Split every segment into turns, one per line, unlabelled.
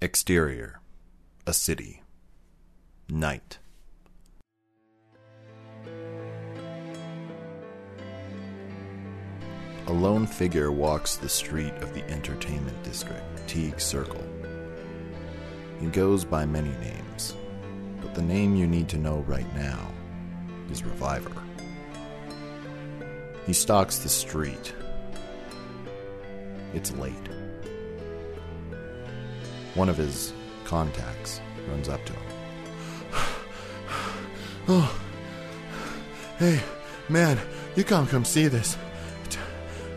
Exterior. A city. Night. A lone figure walks the street of the entertainment district, Teague Circle. He goes by many names, but the name you need to know right now is Reviver. He stalks the street. It's late. One of his contacts runs up to him.
Oh, hey, man, you gotta come see this. T-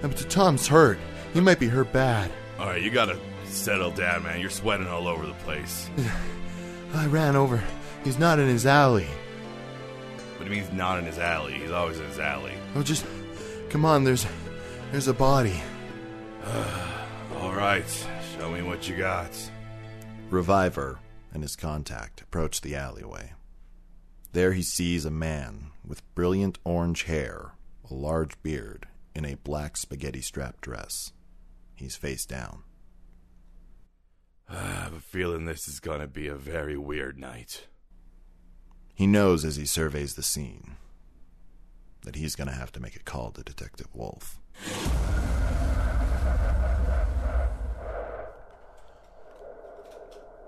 um, t- Tom's hurt. He might be hurt bad.
All right, you gotta settle down, man. You're sweating all over the place.
I ran over. He's not in his alley.
But he means not in his alley. He's always in his alley.
Oh, just come on. There's, there's a body.
All right, show me what you got.
Reviver and his contact approach the alleyway. There he sees a man with brilliant orange hair, a large beard, in a black spaghetti strap dress. He's face down.
I have a feeling this is gonna be a very weird night.
He knows as he surveys the scene that he's going to have to make a call to Detective Wolf.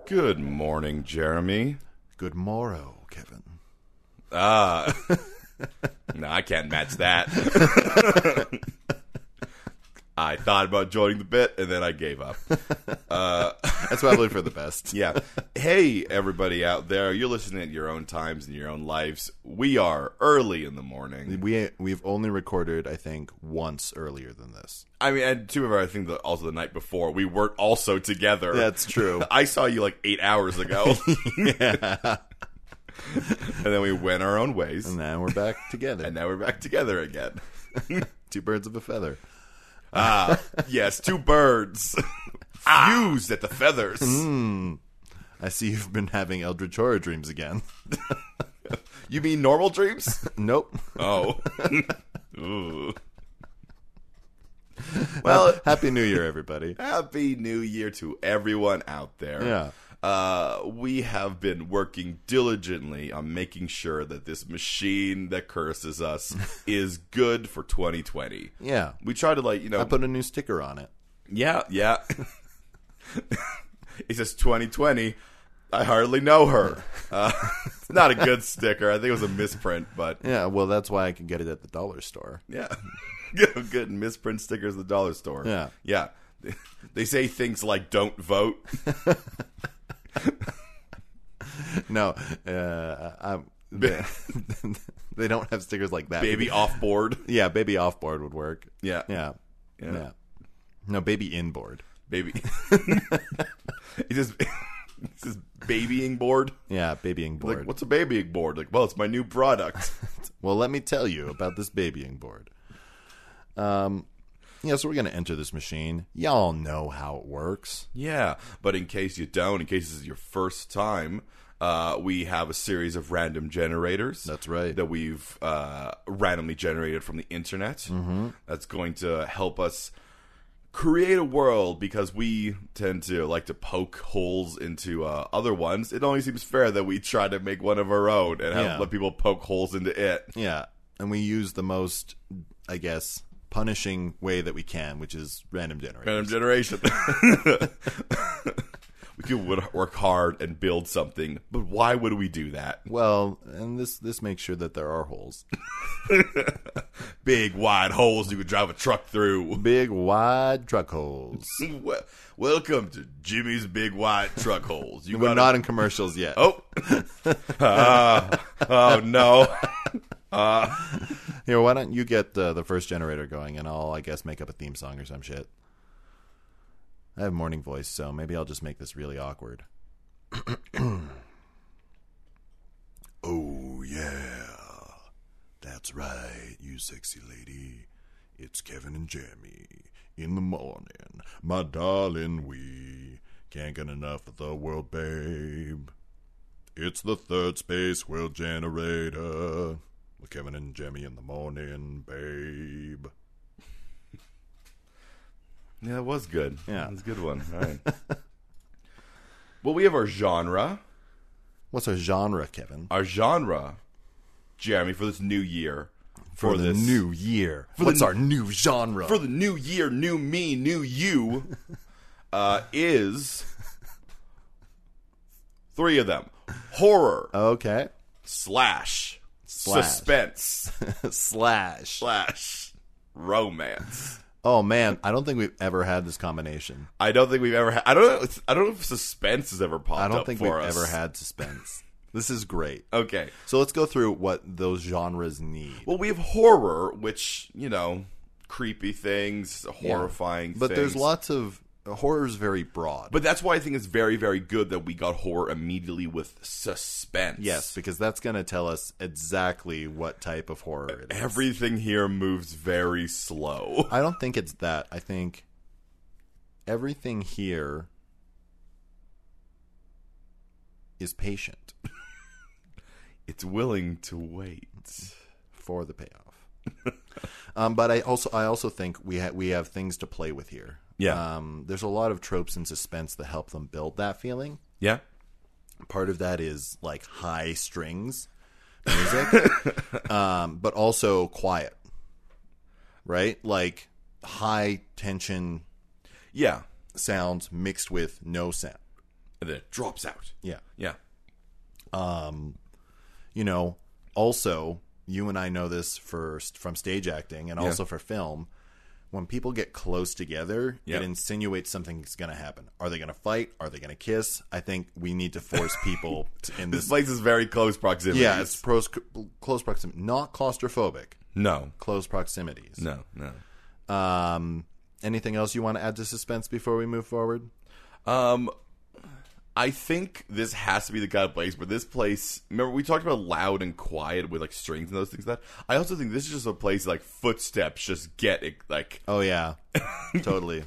Good morning, Jeremy.
Good morrow, Kevin.
Ah. no, I can't match that. I thought about joining the bit and then I gave up.
That's probably for the best.
Yeah. Hey, everybody out there. You're listening at your own times and your own lives. We are early in the morning.
We we've only recorded, I think, once earlier than this.
I mean, and two of our, I think, the, also the night before, we weren't also together.
That's true.
I saw you like eight hours ago. and then we went our own ways.
And now we're back together.
And now we're back together again.
Two birds of a feather.
Ah, yes, two birds
Ah.
fused at the feathers.
Mm. I see you've been having Eldritch horror dreams again.
You mean normal dreams?
nope.
Oh. Ooh. Well,
Happy New Year, everybody.
happy new year to everyone out there.
Yeah.
Uh, we have been working diligently on making sure that this machine that curses us is good for 2020.
Yeah.
We try to like, you know,
I put a new sticker on it.
yeah, yeah. it says 2020. I hardly know her. Uh, it's not a good sticker. I think it was a misprint, but
Yeah, well, that's why I can get it at the dollar store.
Yeah. Good, good misprint stickers at the dollar store.
Yeah.
Yeah. They say things like don't vote.
No, uh, I, they, they don't have stickers like that.
Baby off board.
yeah, baby off board would work.
Yeah.
yeah, yeah. No, baby in board.
Baby. it says it says babying board.
Yeah, babying board.
Like what's a babying board? Like, well, it's my new product.
Well, let me tell you about this babying board. Um, yeah, so we're gonna enter this machine. Y'all know how it works.
yeah. But in case you don't, in case this is your first time, uh, we have a series of random generators.
That's right.
that we've uh, randomly generated from the internet.
Mm-hmm.
That's going to help us create a world because we tend to like to poke holes into uh, other ones. It only seems fair that we try to make one of our own and have,
Yeah.
let people poke holes into it.
Yeah, and we use the most, I guess, punishing way that we can, which is random generator.
Random generation. we could wo- work hard and build something, but why would we do that?
Well, and this this makes sure that there are holes,
Big wide holes you could drive a truck through.
big wide truck holes.
Wel- Welcome to Jimmy's Big Wide Truck Holes. You
We're
got
not in commercials yet.
Oh. Ah. oh no.
Here, why don't you get uh, the first generator going, and I'll, I guess, make up a theme song or some shit. I have morning voice, so maybe I'll just make this really awkward. oh yeah, that's right, you sexy lady. It's Kevin and Jamie in the morning, my darling. We can't get enough of the world, babe. It's the third space world generator. With Kevin and Jamie in the morning, babe.
Yeah, that was good.
Yeah.
That was a good one. All right. Well, we have our genre.
What's a genre, Kevin?
Our genre, Jeremy, for this new year.
For, the
this
new year.
the
What's
n-
our new genre?
for the new year, new me, new you, uh, is three of them: horror
okay.
slash,
Slash.
suspense
Slash.
slash romance.
Oh man, I don't think we've ever had this combination.
I don't think we've ever. Had, I don't. Know, I don't know if suspense has ever popped
I don't
up
think we've
for us.
ever had suspense. this is great.
Okay.
So let's go through what those genres need.
Well, we have horror, which you know, creepy things, horrifying.
But there's
things.
lots of horror's very broad.
But that's why I think it's very, very good that we got horror immediately with suspense.
yes, because that's going to tell us exactly what type of horror it is.
Everything here moves very slow.
I don't think it's that. I think everything here is patient
It's willing to wait.
for the payoff. um, but I also I also think we ha- we have things to play with here.
Yeah.
Um, there's a lot of tropes and suspense that help them build that feeling.
Yeah.
part of that is like high strings music um, but also quiet right like high tension
Yeah.
sounds mixed with no sound
And then it drops out.
yeah
Yeah.
you know also you and i know this for from stage acting and also for film when people get close together
Yep.
it insinuates something's going to happen are they going to fight are they going to kiss i think we need to force people to, in
This
this
place is very close proximity.
yeah it's pros, close proximity not claustrophobic
No.
close proximities.
No. No.
Um, anything else you want to add to suspense before we move forward?
Um, I think this has to be the kind of place where this place. Remember, we talked about loud and quiet with like strings and those things. Like that I also think this is just a place like footsteps just get like.
Oh yeah, totally.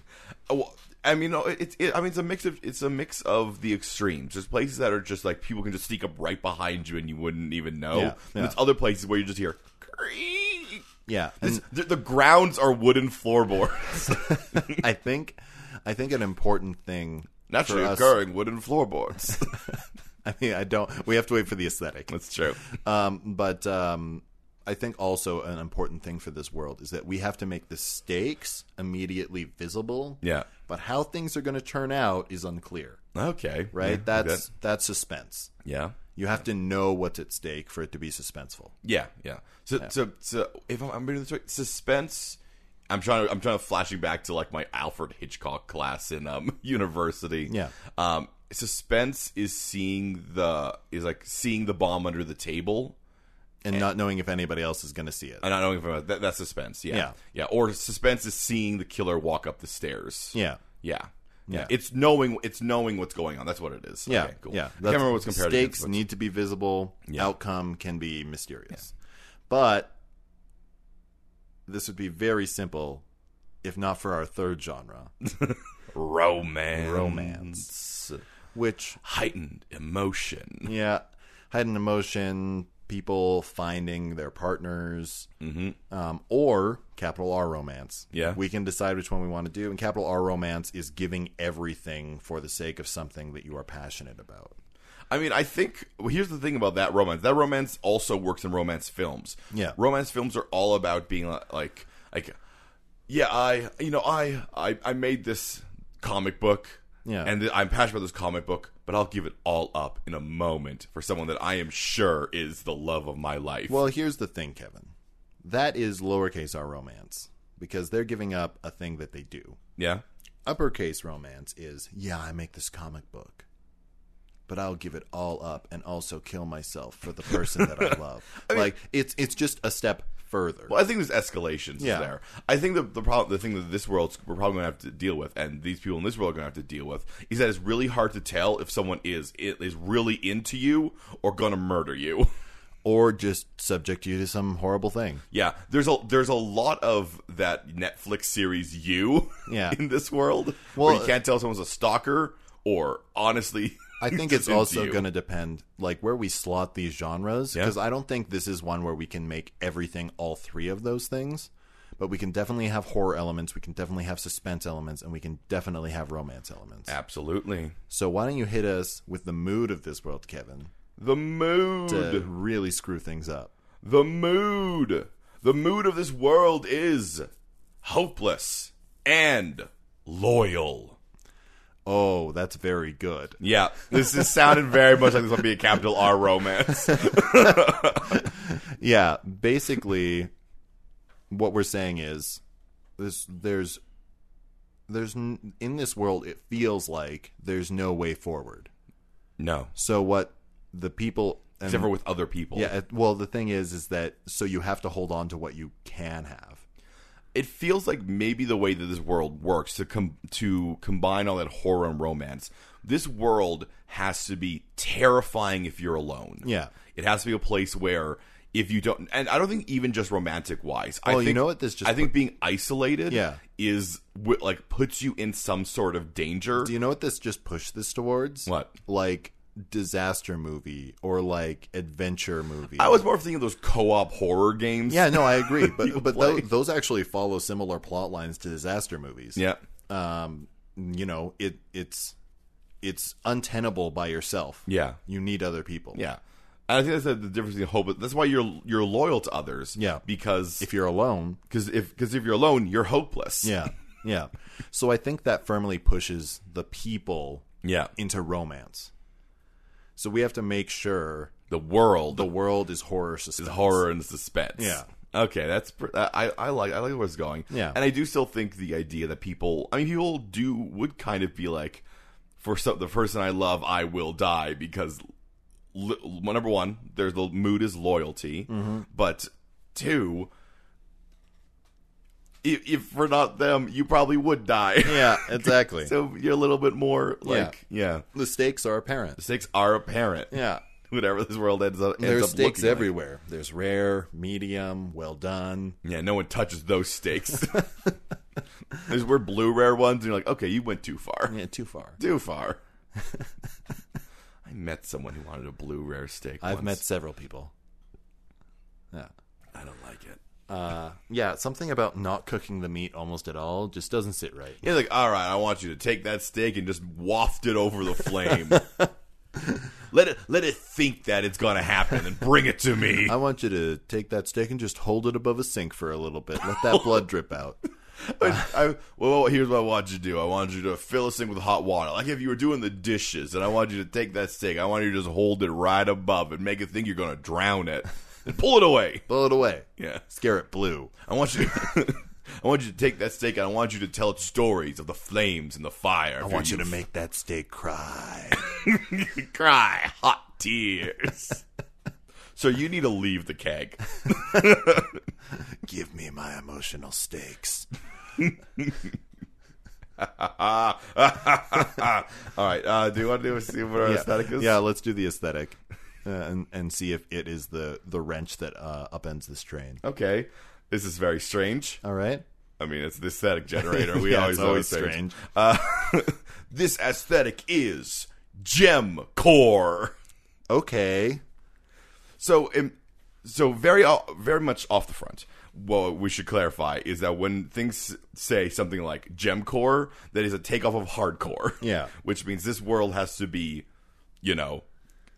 oh, I mean, no, it's it, I mean it's a mix of it's a mix of the extremes. There's places that are just like people can just sneak up right behind you and you wouldn't even know.
Yeah, yeah.
And there's other places where you just hear creak.
Yeah,
This-
and
the, the grounds are wooden floorboards,
I think, I think an important thing.
naturally
for us-
occurring wooden floorboards.
I mean, I don't. We have to wait for the aesthetic.
That's true.
Um, but um, I think also an important thing for this world is that we have to make the stakes immediately visible.
Yeah.
But how things are going to turn out is unclear,
Okay.
right?
Yeah,
that's
that-
that's suspense.
yeah.
You have to know what's at stake for it to be suspenseful.
Yeah, yeah. So, so, so if I'm, I'm reading this right, suspense. I'm trying to, I'm trying to flashing back to like my Alfred Hitchcock class in um university.
Yeah.
Um, suspense is seeing the is like seeing the bomb under the table
and not knowing if anybody else is going to see it.
and not knowing if I'm, that, that's suspense. Yeah.
Yeah.
Or suspense is seeing the killer walk up the stairs.
Yeah.
Yeah.
Yeah.
It's knowing it's knowing what's going on. That's what it is.
Yeah.
Okay, cool.
Yeah.
I can't remember what's compared
Stakes
to.
need to be visible.
Yeah.
Outcome can be mysterious. But this would be very simple if not for our third genre,
romance.
Romance. which
Heightened emotion.
yeah, hidden emotion, people finding their partners, um, or capital R romance.
Mm-hmm. Yeah.
we can decide which one we want to do. And capital R romance is giving everything for the sake of something that you are passionate about.
I mean, I think well, here's the thing about that romance. That romance also works in romance films.
Yeah.
romance films are all about being li- like, like, yeah, I, you know, I, I, I made this comic book.
Yeah.
and I'm passionate about this comic book, but I'll give it all up in a moment for someone that I am sure is the love of my life.
Well, here's the thing, Kevin. That is lowercase r romance because they're giving up a thing that they do.
yeah,
Uppercase romance is, yeah, I make this comic book, but I'll give it all up and also kill myself for the person that I love. like it's it's just a step further.
Well, I think there's escalations
Yeah.
there. I think the the problem, the thing that this world's we're probably going to have to deal with, and these people in this world are going to have to deal with, is that it's really hard to tell if someone is is really into you or going to murder you.
Or just subject you to some horrible thing.
yeah, there's a there's a lot of that Netflix series you
Yeah.
in this world where
Well,
you can't tell if someone's a stalker or honestly.
I think
just
it's
into
also
you.
going to depend, like where we slot these genres,
Yeah.
because I don't think this is one where we can make everything all three of those things. But we can definitely have horror elements, we can definitely have suspense elements, and we can definitely have romance elements.
Absolutely.
So why don't you hit us with the mood of this world, Kevin, to
The mood.
really screw things up?
The mood. The mood of this world is hopeless and loyal.
Oh, that's very good.
Yeah, this is sounded very much like this would be a capital R romance.
Yeah, basically, what we're saying is this: there's, there's n- in this world, it feels like there's no way forward.
No,
So what the people and
except for with other people.
yeah, it- well, the thing is, is that so you have to hold on to what you can have.
it feels like maybe the way that this world works to com- to combine all that horror and romance. This world has to be terrifying if you're alone.
Yeah.
it has to be a place where if you don't, and I don't think even just romantic wise. I
Well,
think,
you know what this just
I think being isolated.
Yeah.
is wi- like puts you in some sort of danger.
Do you know what this just pushed this towards?
What?
Like disaster movie or like adventure movie.
I was more thinking of those co-op horror games.
Yeah, no, I agree, but but tho-
play.
those actually follow similar plot lines to disaster movies.
yeah.
Um, you know, it it's it's untenable by yourself.
Yeah.
You need other people.
Yeah. And I think that's the the difference in hope. That's why you're you're loyal to others.
Yeah.
because
If you're alone,
because if because if you're alone, you're hopeless.
yeah. Yeah. So I think that firmly pushes the people
yeah.
into romance. So we have to make sure
The world
the world is horror suspense.
is horror and suspense.
Yeah.
Okay, that's pr- uh, I I like I like where it's going.
Yeah.
and I do still think the idea that people I mean people do would kind of be like, for some, the person I love, I will die because li- well, number one, there's the mood is loyalty,
Mm-hmm.
but two, if, if for not them, you probably would die.
Yeah, exactly.
so you're a little bit more like yeah,
the stakes are apparent.
stakes are apparent.
Yeah.
Whatever this world ends up, ends
There's
up
stakes
looking like.
everywhere. There's rare, medium, well done.
Yeah, no one touches those stakes. There's we're blue rare ones, and you're like, okay, you went too far,
Yeah, too far.
too far. I met someone who wanted a blue rare steak.
I've met
once.
several people. Yeah.
I don't like it.
Uh, yeah, something about not cooking the meat almost at all just doesn't sit right.
He's like, all right, I want you to take that steak and just waft it over the flame. let it let it think that it's gonna happen and bring it to me.
I want you to take that steak and just hold it above a sink for a little bit. Let that blood drip out.
I, well, here's what I want you to do. I want you to fill a sink with hot water, like if you were doing the dishes, and I want you to take that steak. I want you to just hold it right above and make it think you're going to drown it, and pull it away.
Blow it away.
Yeah,
Scare it blue.
I want you. To, I want you to take that steak, and I want you to tell it stories of the flames and the fire.
I want you to make that steak cry.
cry hot tears. so you need to leave the keg.
Give me my emotional steaks.
All right. Uh, do you want to do a see what our aesthetic is?
Yeah, let's do the aesthetic, uh, and and see if it is the the wrench that uh, upends this train.
Okay. This is very strange.
All right.
I mean, it's the aesthetic generator. We
Yeah,
always
it's always
always
strange.
strange. Uh, this aesthetic is gem core.
Okay.
So, um, so very, o- very much off the front. What we should clarify is that when things say something like gem core, that is a takeoff of hardcore.
Yeah.
which means this world has to be, you know,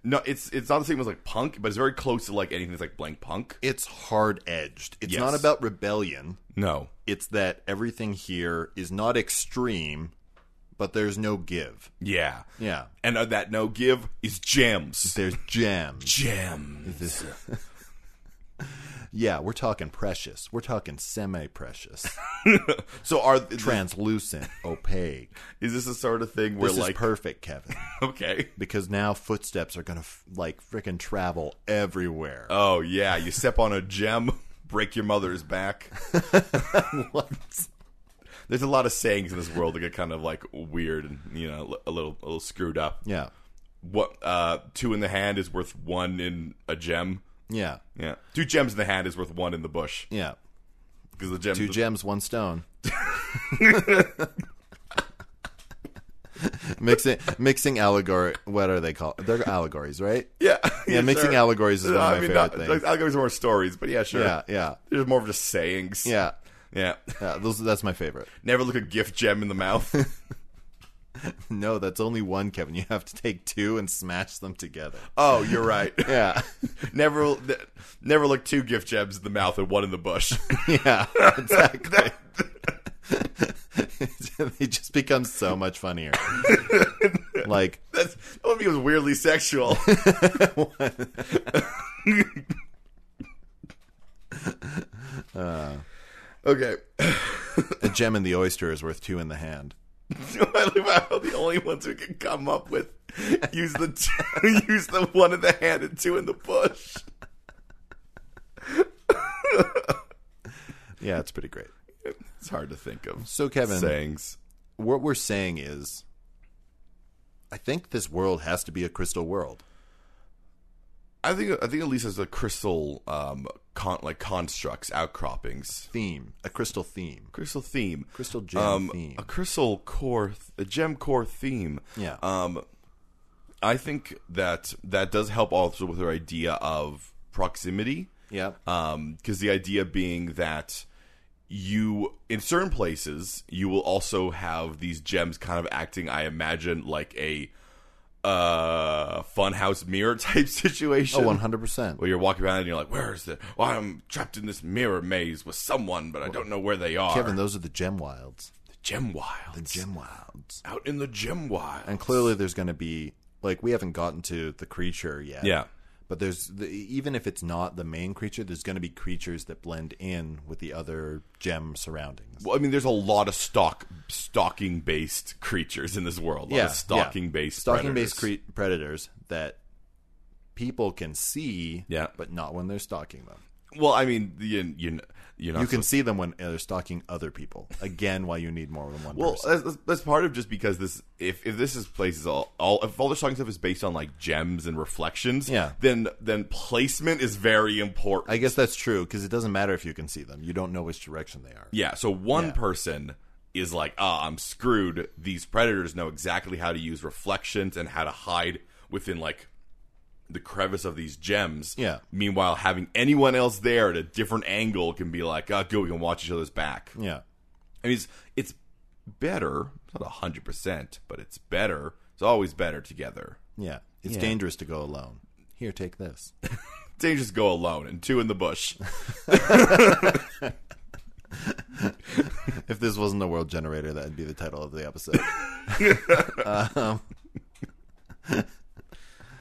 no, it's it's not the same as like punk, but it's very close to like anything that's like blank punk.
It's hard edged. It's
Yes.
not about rebellion.
No,
It's that everything here is not extreme, but there's no give.
yeah,
Yeah.
and uh, that no give is gems.
There's gems.
Gems.
This- yeah, we're talking precious. We're talking semi precious,
So are th-
translucent, opaque.
is this the sort of thing where
This
like
is perfect, Kevin.
okay?
because now footsteps are gonna f- like frickin' travel everywhere.
Oh yeah, you step on a gem, break your mother's back.
What?
There's a lot of sayings in this world that get kind of like weird and you know a little a little screwed up.
Yeah,
What uh two in the hand is worth one in a gem.
yeah,
Yeah, two gems in the hand is worth one in the bush
yeah.
because the gem.
Two gems, one stone. mixing mixing allegory. What are they called? They're allegories, right?
yeah,
Yeah, mixing
sure.
allegories is one of
I
my
mean,
favorite
not,
things.
Like, allegories are more stories, but yeah, sure.
Yeah, yeah,
There's more of just sayings.
yeah.
Yeah.
Yeah, those, that's my favorite.
Never look a gift gem in the mouth.
No, that's only one, Kevin. You have to take two and smash them together.
oh, you're right.
Yeah.
never never look two gift gems in the mouth and one in the bush.
Yeah, exactly. they just become so much funnier. like,
That's, that one becomes weirdly sexual. Uh. okay.
a gem in the oyster is worth two in the hand.
I love how the only ones we can come up with use the two, use the one in the hand and two in the bush.
Yeah, it's pretty great.
It's hard to think of
So, Kevin,
sayings.
what we're saying is, I think this world has to be a crystal world.
I think I think at least as a crystal, um, con- like constructs, outcroppings,
Theme, a crystal theme,
crystal theme,
crystal gem
um,
theme.
a crystal core, th- a gem core theme.
Yeah.
Um, I think that that does help also with her idea of proximity.
yeah,
Um, because the idea being that you, in certain places, you will also have these gems kind of acting, I imagine, like a uh funhouse mirror type
oh,
situation.
one hundred percent.
where you're walking around and you're like, "Where is the? Well, I'm trapped in this mirror maze with someone, but I don't know where they are."
Kevin, those are the gem wilds.
the gem wilds,
Gem wilds.
out in the gem wild.
And clearly, there's going to be like we haven't gotten to the creature yet.
yeah,
But there's the, even if it's not the main creature, there's going to be creatures that blend in with the other gem surroundings.
well, I mean, there's a lot of stock stalking based creatures in this world. A lot
Yeah,
of stalking based
Stalking based cre- predators that people can see,
Yeah.
but not when they're stalking them.
Well, I mean, you you you're not
You can see them when uh, they're stalking other people. Again, why you need more than one
Well,
person.
that's, that's- that's part of just because this, if, if this is places all, all, if all the talking stuff is based on like gems and reflections,
Yeah.
then then placement is very important.
I guess that's true because it doesn't matter if you can see them; you don't know which direction they are.
yeah, so one person is like, ah, I'm screwed. These predators know exactly how to use reflections and how to hide within like the crevice of these gems.
Yeah.
Meanwhile, having anyone else there at a different angle can be like, ah, good, we can watch each other's back.
Yeah,
I mean, it's it's better. It's not hundred percent, but it's better. It's always better together.
yeah. It's dangerous to go alone. Here, take this.
They just go alone and two in the bush.
If this wasn't a world generator, that'd be the title of the episode.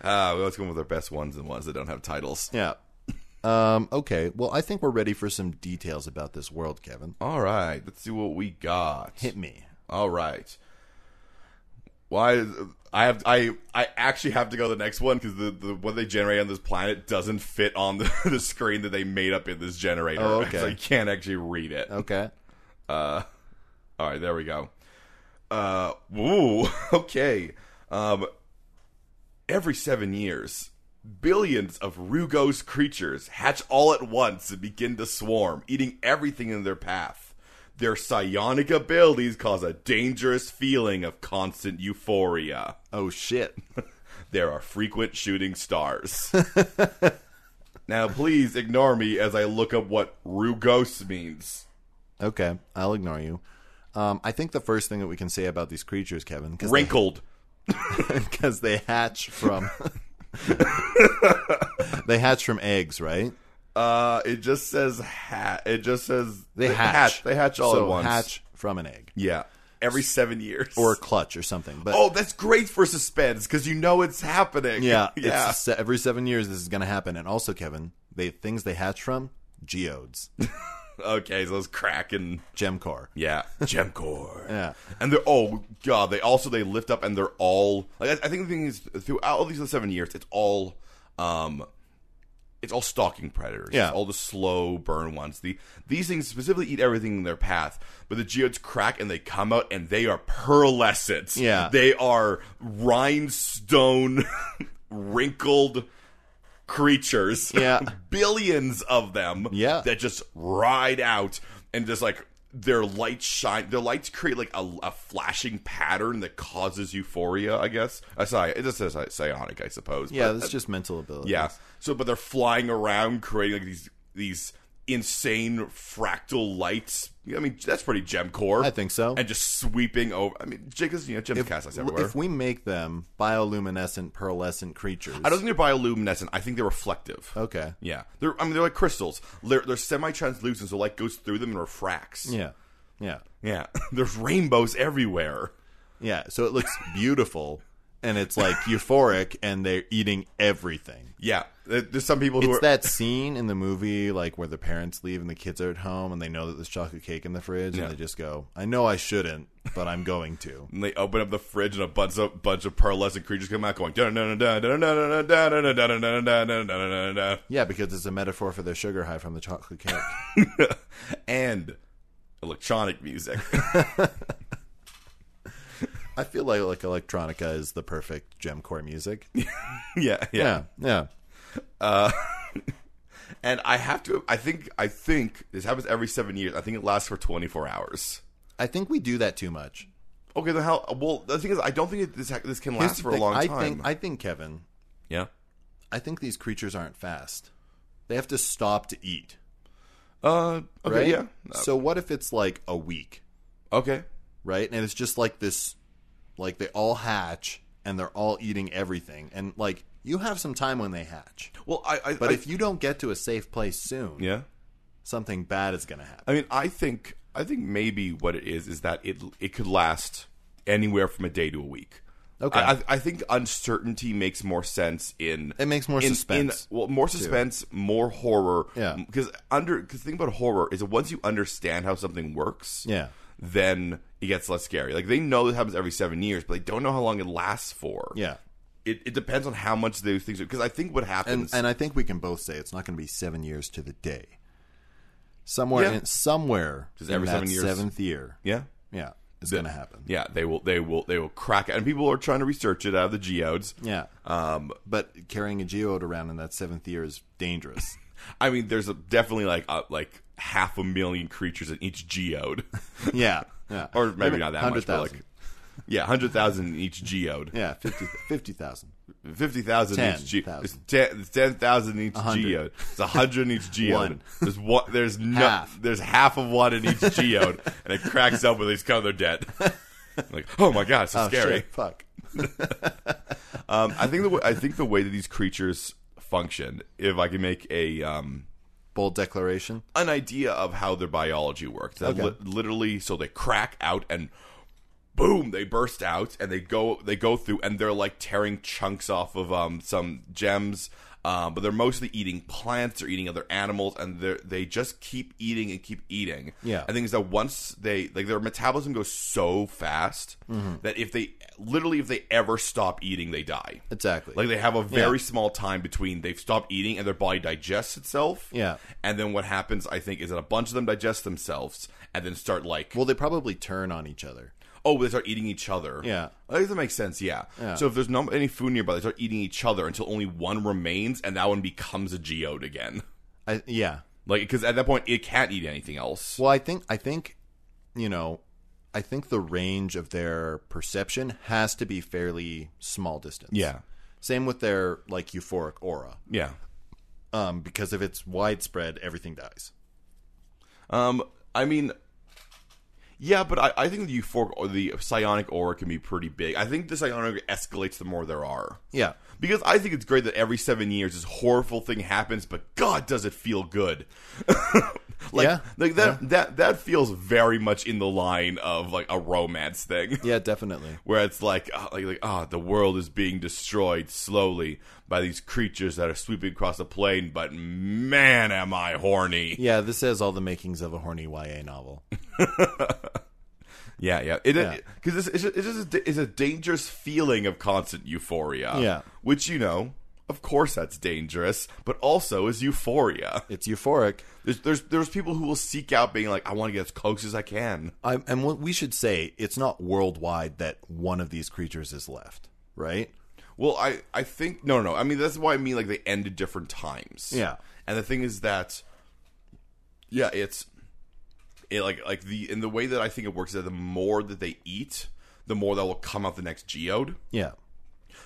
Ah, we always go with our best ones and ones that don't have titles.
yeah. Um, okay. Well, I think we're ready for some details about this world, Kevin.
All right, let's see what we got.
Hit me.
All right. Why I have I I actually have to go to the next one because the, the what they generate on this planet doesn't fit on the, the screen that they made up in this generator.
Oh, okay.
So you can't actually read it.
Okay.
All right, there we go. Uh, ooh, okay. Um, every seven years, billions of Rugose creatures hatch all at once and begin to swarm, eating everything in their path. Their psionic abilities cause a dangerous feeling of constant euphoria.
Oh shit.
There are frequent shooting stars. now, please ignore me as I look up what Rugose means.
Okay, I'll ignore you. Um, I think the first thing that we can say about these creatures, Kevin,
Wrinkled.
because they, hatch from they hatch from eggs, right?
Uh, it just says hat. It just says
They hatch.
They hatch all
so
at once.
Hatch from an egg
Yeah, every seven years.
or a clutch or something. But
oh, that's great for suspense because you know it's happening.
yeah,
yeah.
It's, se- every seven years this is going to happen. And also, Kevin, the things they hatch from geodes,
okay, so it's cracking.
gem core.
Yeah, Gemcore.
Yeah.
and they're oh god, they also they lift up and they're all like I, I think the thing is throughout all these seven years, it's all um. It's all stalking predators.
Yeah.
It's all the slow burn ones. The these things specifically eat everything in their path, but the geodes crack and they come out and they are pearlescent.
Yeah.
they are rhinestone, wrinkled creatures.
Yeah.
billions of them.
Yeah.
that just ride out and just like their lights shine their lights create like a, a flashing pattern that causes euphoria i guess uh, sorry it just says uh, psionic i suppose
Yeah,
but, uh,
that's just mental ability.
yeah so but they're flying around creating like these these insane fractal lights. I mean, that's pretty Gemcore.
I think so.
And just sweeping over. I mean, Jake is you know Jim
If,
cast lights everywhere.
if we make them bioluminescent, pearlescent creatures,
I don't think they're bioluminescent. I think they're reflective.
Okay.
Yeah, they're. I mean, they're like crystals. They're, they're semi-translucent, so light goes through them and refracts.
Yeah. Yeah.
yeah. There's rainbows everywhere.
Yeah. So it looks beautiful, and it's like euphoric, and they're eating everything.
Yeah, There- there's some people who
It's
are.
that scene in the movie, like where the parents leave and the kids are at home, and they know that there's chocolate cake in the fridge,
Yeah.
and they just go, "I know I shouldn't, but I'm going to."
and they open up the fridge and a bunch of bunch of pearlescent creatures come out going dun dun dun dun dun dun dun dun dun dun dun dun dun dun dun
Yeah, because it's a metaphor for their sugar high from the chocolate cake.
dun. and electronic music.
I feel like like electronica is the perfect gemcore music. Yeah,
yeah, yeah.
yeah, yeah.
And I have to. I think. I think this happens every seven years. I think it lasts for 24 hours.
I think we do that too much.
Okay, then how? Well, the thing is, I don't think it, this ha- this can last
Here's the
for a
thing.
long time.
I think, I think Kevin,
yeah.
I think these creatures aren't fast. They have to stop to eat,
Uh. Okay.
right?
Yeah.
So what if it's like a week?
Okay.
right? And it's just like this, like they all hatch and they're all eating everything. And like you have some time when they hatch,
Well, I. I
but
I,
if you don't get to a safe place soon,
yeah.
something bad is going to happen.
I mean, I think I think maybe what it is is that it it could last anywhere from a day to a week.
Okay.
I, I, I think uncertainty makes more sense in
It makes more
in- in-
suspense,
well, more suspense, more horror.
Yeah.
Because under because the thing about horror is that once you understand how something works,
Yeah,
then it gets less scary. Like they know it happens every seven years, but they don't know how long it lasts for.
yeah.
It, it depends on how much those things. Because I think what
And
happens
and I think we can both say it's not going to be seven years to the day. Somewhere,
Yeah.
in, somewhere,
Just
in
every
that
seven years.
seventh year,
yeah.
yeah, it's going to happen.
Yeah, they will. They will. They will crack it, and people are trying to research it out of the geodes.
Yeah,
Um,
but carrying a geode around in that seventh year is dangerous.
I mean, there's a, definitely like a, like half a million creatures in each geode,
yeah, yeah,
or maybe not that much, but
100,000.
like yeah, hundred thousand in each geode,
yeah, 50 50,000.
fifty thousand in each geode,
10,000.
ten ten thousand in each
100.
geode. It's a hundred in each geode.
One.
There's one. There's no,
Half.
There's half of one in each geode, and it cracks up when they come. They're dead. like oh my god, it's so
Oh,
scary.
shit, fuck.
Um, I think the way, I think the way that these creatures function, if I can make a um,
Bold declaration.
an idea of how their biology works. That
Okay.
li- literally, so they crack out and boom, they burst out and they go they go through and they're like tearing chunks off of um, some gems. Um, but they're mostly eating plants or eating other animals, and they they just keep eating and keep eating.
Yeah.
I think is that once they like their metabolism goes so fast
Mm-hmm.
that if they literally if they ever stop eating, they die.
Exactly.
Like they have a very small time between they've stopped eating and their body digests itself.
Yeah.
And then what happens, I think, is that a bunch of them digest themselves and then start like,
well, they probably turn on each other.
oh, they start eating each other.
Yeah.
I guess that makes sense. Yeah.
Yeah.
So if there's not any food nearby, they start eating each other until only one remains, and that one becomes a geode again.
I, yeah.
Like, because at that point, it can't eat anything else.
Well, I think I think you know, I think the range of their perception has to be fairly small distance.
Yeah.
Same with their like euphoric aura,
Yeah.
um, because if it's widespread, everything dies.
Um, I mean, yeah, but I, I think the euphoric or the psionic aura can be pretty big. I think the psionic escalates the more there are.
Yeah.
Because I think it's great that every seven years this horrible thing happens, but God, does it feel good? like,
Yeah.
like that that that feels very much in the line of like a romance thing,
Yeah, definitely.
where it's like ah, like like ah, the world is being destroyed slowly by these creatures that are sweeping across the plain, but man, am I horny?
Yeah, this has all the makings of a horny YA novel.
Yeah, yeah. It because it's, it's, it's just a, da- it's a dangerous feeling of constant euphoria.
Yeah.
which you know. Of course, that's dangerous, but also is euphoria.
It's euphoric.
There's, there's there's people who will seek out being like, I want to get as close as I can.
I, and what we should say, it's not worldwide that one of these creatures is left, right?
Well, I I think no no no. I mean that's why I mean like they end at different times.
Yeah.
And the thing is that, yeah, it's it like like the in the way that I think it works is that the more that they eat, the more that will come out the next geode.
Yeah.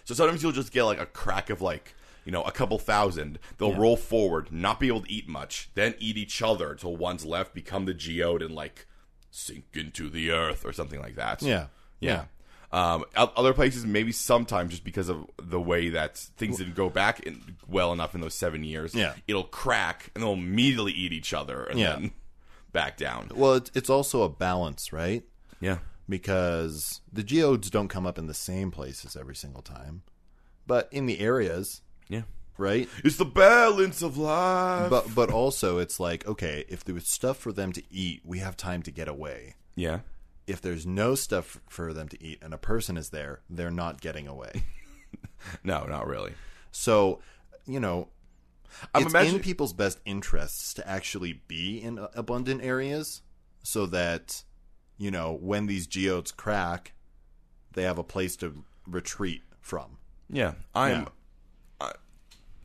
So sometimes you'll just get like a crack of like you know, a couple thousand. They'll roll forward, not be able to eat much, then eat each other till one's left, become the geode, and like sink into the earth or something like that.
Yeah.
Yeah. Um, o- other places, maybe sometimes just because of the way that things didn't go back in, well enough in those seven years,
Yeah.
it'll crack and they'll immediately eat each other and
Yeah.
then back down.
Well, it's, it's also a balance, right?
Yeah.
Because the geodes don't come up in the same places every single time, but in the areas,
Yeah.
right?
It's the balance of life.
But but also, it's like okay, if there was stuff for them to eat, we have time to get away.
yeah.
If there's no stuff for them to eat and a person is there, they're not getting away.
No, not really.
So, you know,
I'm
it's
imagining-
in people's best interests to actually be in uh, abundant areas so that, you know, when these geodes crack, they have a place to retreat from.
Yeah, I'm.
Yeah.
I,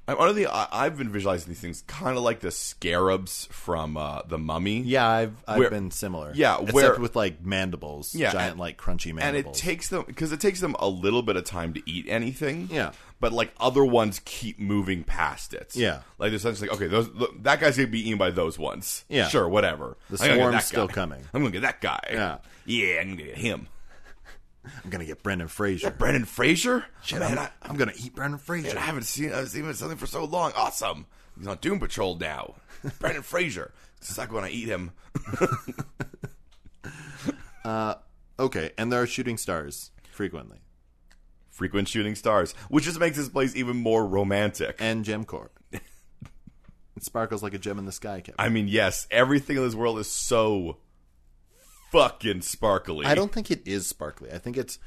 I'm under the. I, I've been visualizing these things kind of like the scarabs from uh, the Mummy.
Yeah, I've I've
Where-
been similar.
yeah,
except
where-
with like mandibles,
Yeah,
giant
and-
like crunchy
and it
mandibles.
takes them because it takes them a little bit of time to eat anything.
Yeah.
but like other ones keep moving past it.
Yeah.
like they're essentially like, okay, those th- that guy's gonna be eaten by those ones.
Yeah.
sure, whatever.
The
I'm gonna get
swarm's
that
still
guy.
coming.
I'm gonna get that guy.
Yeah.
yeah, I'm gonna get him.
I'm gonna get Brendan Fraser.
Brendan Fraser. Man, I,
I'm gonna eat Brendan Fraser.
And I haven't seen I haven't seen something for so long. Awesome. He's on Doom Patrol now. Brandon Fraser. It's like when I eat him.
Okay, and there are shooting stars frequently,
Frequent shooting stars, which just makes this place even more romantic.
and Gemcore. it sparkles like a gem in the sky, Kevin.
I mean, yes, everything in this world is so fucking sparkly.
I don't think it is sparkly. I think it's,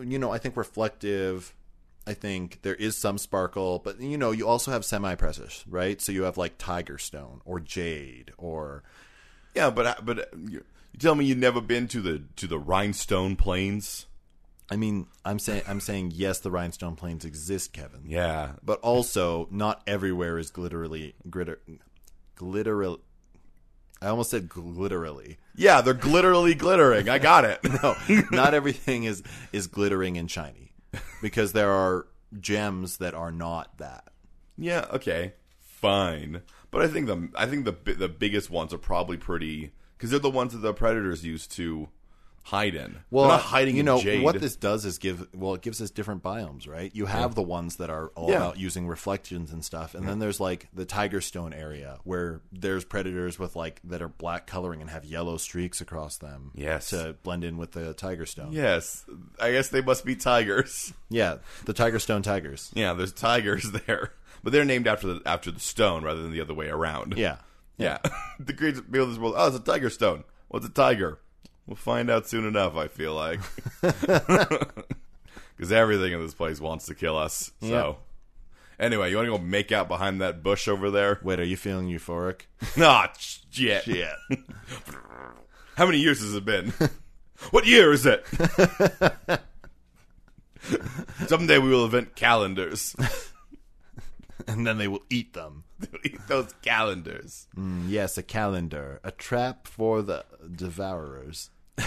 you know, I think reflective. I think there is some sparkle, but you know, you also have semi precious, right? So you have like tiger stone or jade or
Yeah, but I- but uh, you you tell me you've never been to the to the Rhinestone Plains?
I mean, I'm saying I'm saying yes, the rhinestone plains exist, Kevin.
Yeah.
But also, not everywhere is glitterily glitter glitterily. I almost said glitterily.
Yeah, they're glitterly glittering. I got it.
No, not everything is is glittering and shiny because there are gems that are not that.
Yeah, okay, fine. But I think the I think the bi- the biggest ones are probably pretty because they're the ones that the predators used to hide in.
Well,
they're not hiding.
You
in
know
jade.
what this does is give. Well, it gives us different biomes, right? You have the ones that are all
Yeah.
about using reflections and stuff, and then there's like the tiger stone area where there's predators with like that are black coloring and have yellow streaks across them.
Yes.
to blend in with the tiger stone. Yeah,
Yes, I guess they must be tigers.
the tiger stone tigers.
Yeah, there's tigers there, but they're named after the after the stone rather than the other way around.
Yeah,
yeah. the creatures feel this world. Oh, it's a tiger stone. What's a tiger? We'll find out soon enough. I feel like because everything in this place wants to kill us.
Yeah.
So. Anyway, you want to go make out behind that bush over there?
Wait, are you feeling euphoric?
Ah, shit.
Yeah.
How many years has it been? what year is it? Someday we will invent calendars.
and then they will eat them.
Eat Those calendars.
Mm, yes, a calendar, a trap for the devourers.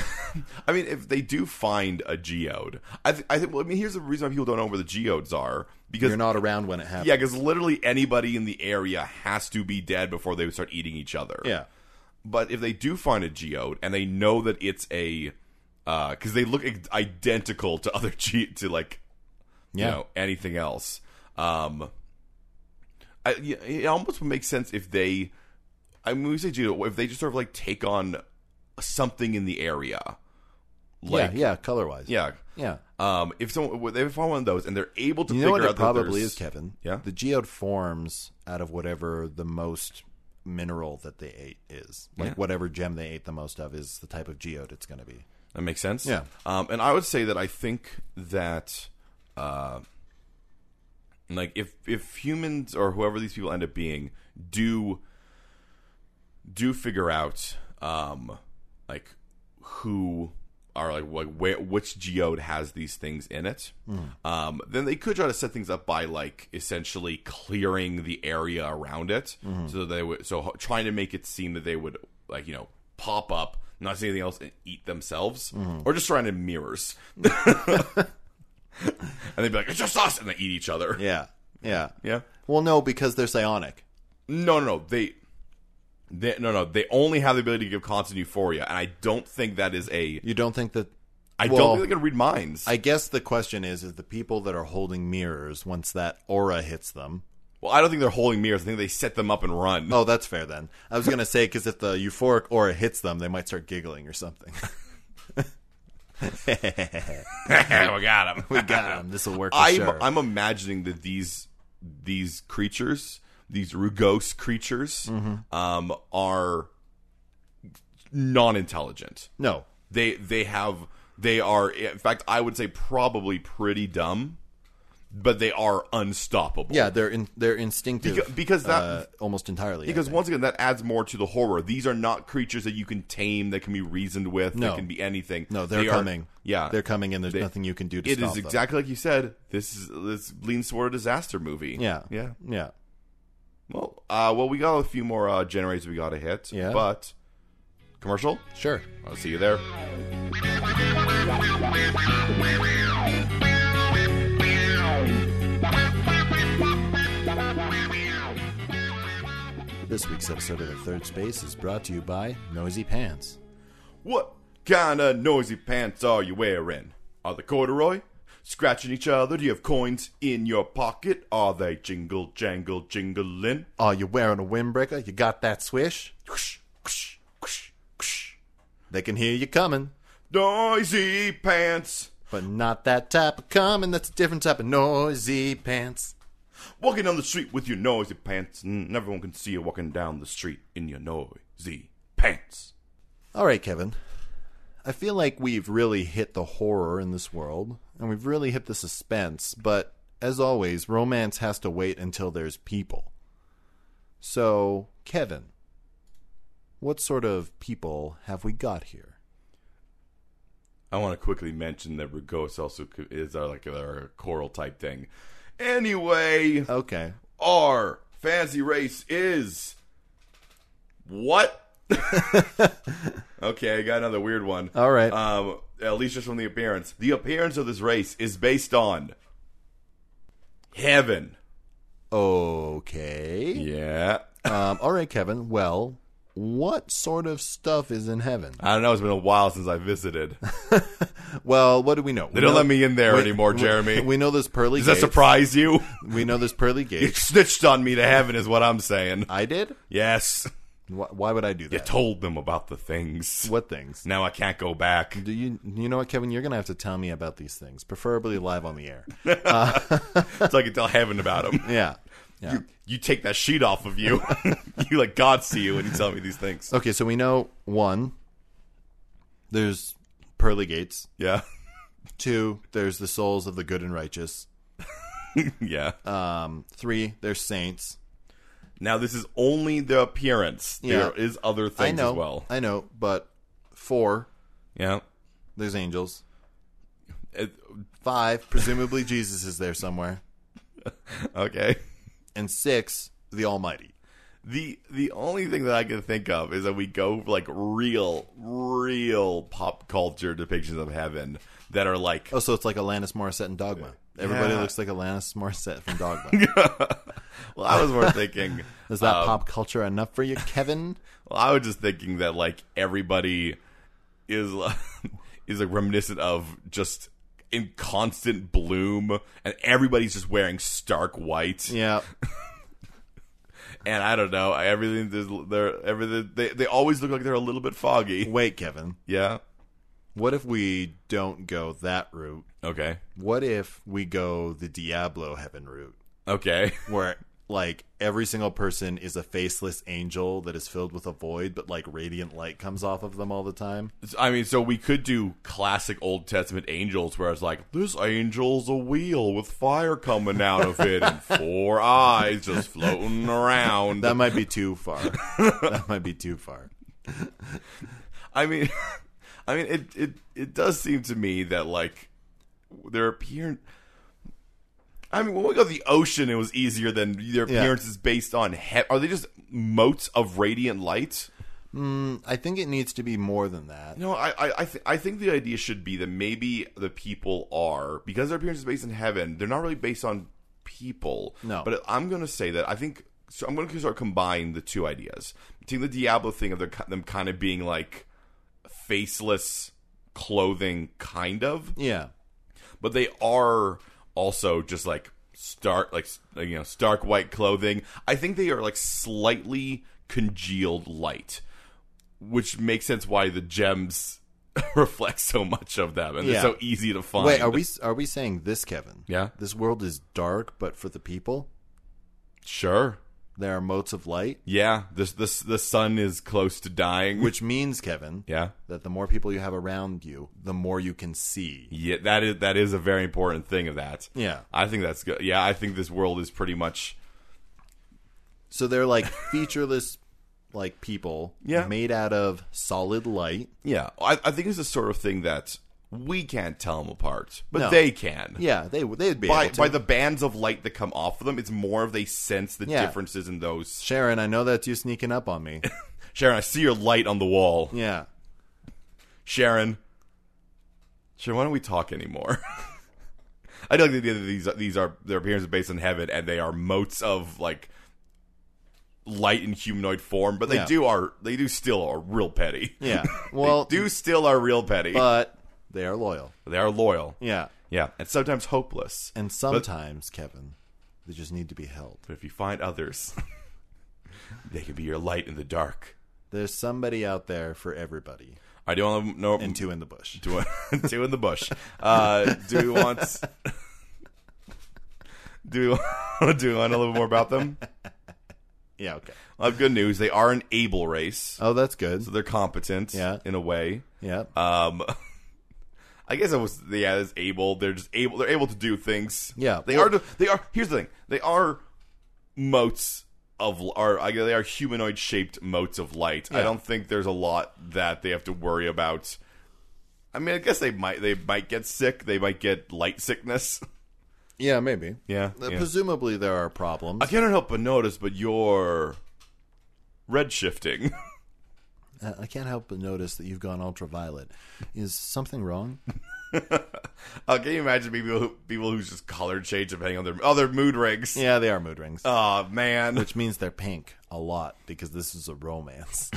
I mean, if they do find a geode, I, th- I think. Well, I mean, here's the reason why people don't know where the geodes are because
You're not around when it happens.
yeah, because literally anybody in the area has to be dead before they start eating each other.
yeah.
But if they do find a geode and they know that it's a, because they look identical to other ge- to like
Yeah.
you know anything else. Um, I, y- it almost would make sense if they, I mean, when we say Judo, if they just sort of like take on something in the area, like
yeah, yeah, color wise.
yeah.
Yeah.
Um, if someone if I find one of those and they're able to
You
figure
know what
out
it probably
that
is,
there's-
Kevin?
Yeah?
The geode forms out of whatever the most mineral that they ate is. Like
Yeah.
whatever gem they ate the most of is the type of geode it's going to be.
that makes sense.
Yeah.
Um, and I would say that I think that, uh, like if if humans or whoever these people end up being do do figure out um like who are like like where which geode has these things in it um then they could try to set things up by like essentially clearing the area around it so that they would so ho- trying to make it seem that they would like you know pop up not see anything else and eat themselves or just trying to mirrors and they'd be like it's just us and they eat each other
Yeah. Yeah.
Yeah.
Well, no, because they're psionic.
No, no, no. They, they, no, no. They only have the ability to give constant euphoria, and I don't think that is a.
You don't think that?
I
Well,
don't think they're gonna read minds.
I guess the question is: is the people that are holding mirrors once that aura hits them?
well, I don't think they're holding mirrors. I think they set them up and run.
Oh, that's fair then. I was gonna say because if the euphoric aura hits them, they might start giggling or something.
we got him.
we got them. This will work. For
I'm,
sure.
I'm imagining that these these creatures, these rugose creatures,
Mm-hmm.
um, are non-intelligent.
no,
They they have they are in fact I would say probably pretty dumb, but they are unstoppable.
yeah, they're in, they're instinctive
Beca- because that-
uh, almost entirely. I
Because
think.
once again, that adds more to the horror. These are not creatures that you can tame, that can be reasoned with,
No.
that can be anything.
no, they're
They are-
coming.
yeah,
they're coming, and there's nothing you can do to
It
stop
is
them.
exactly like you said. This is this leans toward a disaster movie.
Yeah,
yeah.
yeah.
Well, uh, well, we got a few more uh, generators we got to hit.
Yeah.
But commercial.
Sure.
I'll see you there.
This week's episode of The Third Space is brought to you by Noisy Pants.
What kind of noisy pants are you wearing? Are they corduroy? Scratching each other? Do you have coins in your pocket? Are they jingle jangle jingling?
Are you wearing a windbreaker? You got that swish?
Whoosh, whoosh, whoosh, whoosh.
They can hear you coming,
Noisy pants.
but not that type of coming. That's a different type of noisy pants.
Walking down the street with your noisy pants, and everyone can see you walking down the street in your noisy pants.
All right, Kevin. I feel like we've really hit the horror in this world, and we've really hit the suspense, but as always, romance has to wait until there's people. So, Kevin, what sort of people have we got here?
I want to quickly mention that Rugose also c- is our, like our choral type thing. Anyway,
Okay.
our fancy race is what? okay, I got another weird one.
All right.
Um, at least just from the appearance, the appearance of this race is based on heaven.
Okay.
Yeah,
Um, all right, Kevin. Well, what sort of stuff is in heaven?
I don't know. It's been a while since I visited.
Uh, Well, what do we know?
They don't let me in there anymore, Jeremy.
We know this pearly
Does that
gate.
surprise you?
We know this pearly
You
gate.
snitched on me to heaven, is what I'm saying.
I did.
Yes.
Why, why would I do
You
that?
told them about the things.
What things?
Now I can't go back.
Do you you know what, Kevin? You're gonna have to tell me about these things, preferably live on the air.
so I can tell heaven about them.
Yeah. Yeah.
You, you take that sheet off of you. you let God see you when you tell me these things.
Okay, so we know one. There's pearly gates.
Yeah.
Two. There's the souls of the good and righteous.
yeah.
Um, three. There's saints.
now, this is only the appearance.
Yeah.
There is other
I
things
know.
as well.
I know, but four.
Yeah.
There's angels.
It-
Five. Presumably Jesus is there somewhere.
okay.
And six. The Almighty.
The the only thing that I can think of is that we go like real, real pop culture depictions of heaven that are like
Oh, so it's like Alanis Morissette in Dogma. Everybody
Yeah.
looks like Alanis Morissette from Dogma.
Well, I was more thinking. uh,
Is that pop culture enough for you, Kevin?
Well, I was just thinking that like everybody is is like reminiscent of just in constant bloom, and everybody's just wearing stark white.
Yeah.
And I don't know, everything is they're everything they they always look like they're a little bit foggy.
Wait, Kevin.
Yeah.
What if we don't go that route?
Okay.
What if we go the Diablo heaven route,
Okay.
where like every single person is a faceless angel that is filled with a void, but like radiant light comes off of them all the time?
I mean, so we could do classic Old Testament angels, where it's like this angel's a wheel with fire coming out of it and four eyes just floating around.
That might be too far. that might be too far.
I mean, I mean, it it it does seem to me that like their appearance. I mean, when we go to the ocean, it was easier than their
Yeah.
appearance is based on. He- are they just motes of radiant light?
I think it needs to be more than that.
No, I I I, th- I think the idea should be that maybe the people are because their appearance is based in heaven. They're not really based on people.
No.
But I'm going to say that I think so. I'm going to sort of combine the two ideas. Taking the Diablo thing of their, them kind of being like faceless clothing, kind of,
Yeah.
but they are also just like stark, like you know, stark white clothing. I think they are like slightly congealed light, which makes sense why the gems reflect so much of them and
Yeah.
they're so easy to find.
Wait, are we are we saying this, Kevin?
Yeah.
This world is dark, but for the people,
Sure.
there are motes of light,
Yeah, this this the sun is close to dying.
which means, Kevin,
yeah,
that the more people you have around you, the more you can see.
yeah, that is that is a very important thing of that.
Yeah.
I think that's good. Yeah, I think this world is pretty much
So they're like featureless like people
Yeah.
made out of solid light.
Yeah, I, I think it's the sort of thing that we can't tell them apart, but
No.
they can.
Yeah, they would- they'd be
By,
able to.
by the bands of light that come off of them, it's more of they sense the
Yeah.
differences in those.
Sharon, I know that's you sneaking up on me.
Sharon, I see your light on the wall.
yeah.
Sharon, Sharon, why don't we talk anymore? I don't think the idea that these these are their appearances based on heaven, and they are motes of like light in humanoid form, but they
Yeah.
do are they do still are real petty.
Yeah.
Well,
Well,
they do still are real petty.
but they are loyal.
they are loyal.
Yeah.
Yeah, and sometimes hopeless.
And sometimes, Kevin, they just need to be held.
But if you find others, they can be your light in the dark.
There's somebody out there for everybody.
I do want to know.
And two in the bush.
do, two in the bush. Uh, do we want? Do we, do we want a little more about them?
Yeah, okay.
I have good news. They are an able race,
Oh, that's good.
so they're competent.
Yeah.
in a way.
Yeah.
Um, I guess I was yeah, it's able. They're just able. They're able to do things.
Yeah.
they are. They are. Here's the thing. They are motes of are I guess they are humanoid shaped motes of light. I
Yeah.
don't think there's a lot that they have to worry about. I mean, I guess they might they might get sick. They might get light sickness.
Yeah, maybe.
Yeah,
Uh,
yeah.
Presumably there are problems.
I cannot help but notice, but you're redshifting.
Uh, I can't help but notice that you've gone ultraviolet. Is something wrong?
Uh, can you imagine people who, people whose just color change depending on their other mood rings?
yeah, they are mood rings.
Oh man.
which means they're pink a lot because this is a romance.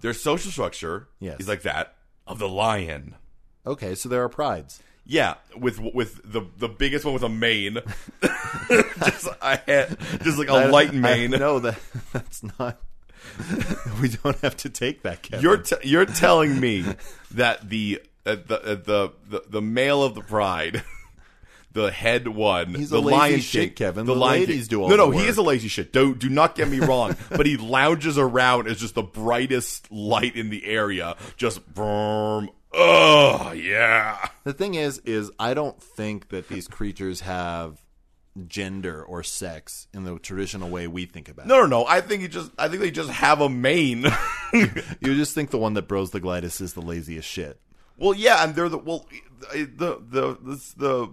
Their social structure
Yes.
is like that of the lion.
okay, so there are prides.
Yeah, with with the the biggest one with a mane, just a head, just like a light mane.
No, that that's not. we don't have to take that. Kevin.
You're t- you're telling me that the uh, the, uh, the the the male of the pride, the head one,
He's
the
a lazy
lion
shit,
king-
Kevin.
The,
The
lion
ladies
king.
do all
No,
the
no, he
work.
is a lazy shit. Do do not get me wrong, but he lounges around as just the brightest light in the area. Just boom. Oh yeah.
the thing is, is I don't think that these creatures have gender or sex in the traditional way we think about
No, no, no. I think you just. I think they just have a mane.
it. You just think the one that bros the glidus is the laziest shit.
well, yeah, and they're the well, the the the the,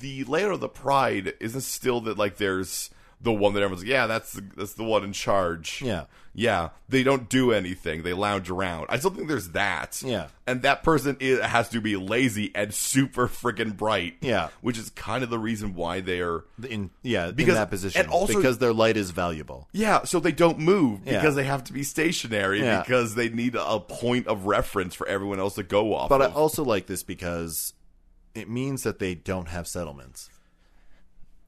the layer of the pride isn't still that like there's the one that everyone's like, yeah, that's the, that's the one in charge.
Yeah.
Yeah, they don't do anything. They lounge around. I still think there's that.
Yeah.
and that person is, has to be lazy and super freaking bright.
Yeah.
which is kind of the reason why they're
In yeah,
Because-
in that position,
and also-
because their light is valuable.
Yeah, so they don't move
Yeah.
because they have to be stationary
Yeah.
because they need a point of reference for everyone else to go off.
But I
of.
also like this because it means that they don't have settlements,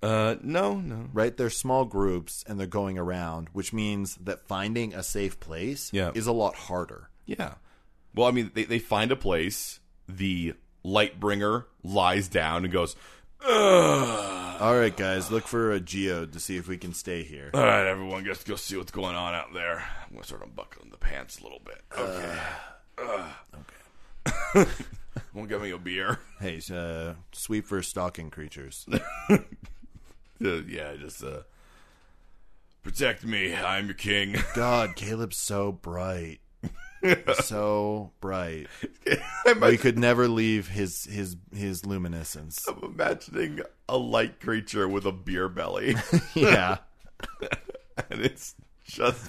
uh, no, no,
right? They're small groups and they're going around, which means that finding a safe place
Yeah.
is a lot harder.
yeah. Well, I mean, they they find a place. The Lightbringer lies down and goes. Ugh.
All right, guys, look for a geode to see if we can stay here.
All right, everyone, let's go see what's going on out there. I'm gonna start unbuckling the pants a little bit. Okay. Okay. Won't give me a beer.
Hey, uh, sweep for stalking creatures.
Uh, yeah, just uh, protect me. I'm your king.
God, Caleb's so bright. so bright.
I'm
We could never leave his his his luminescence.
I'm imagining a light creature with a beer belly,
Yeah.
and it's just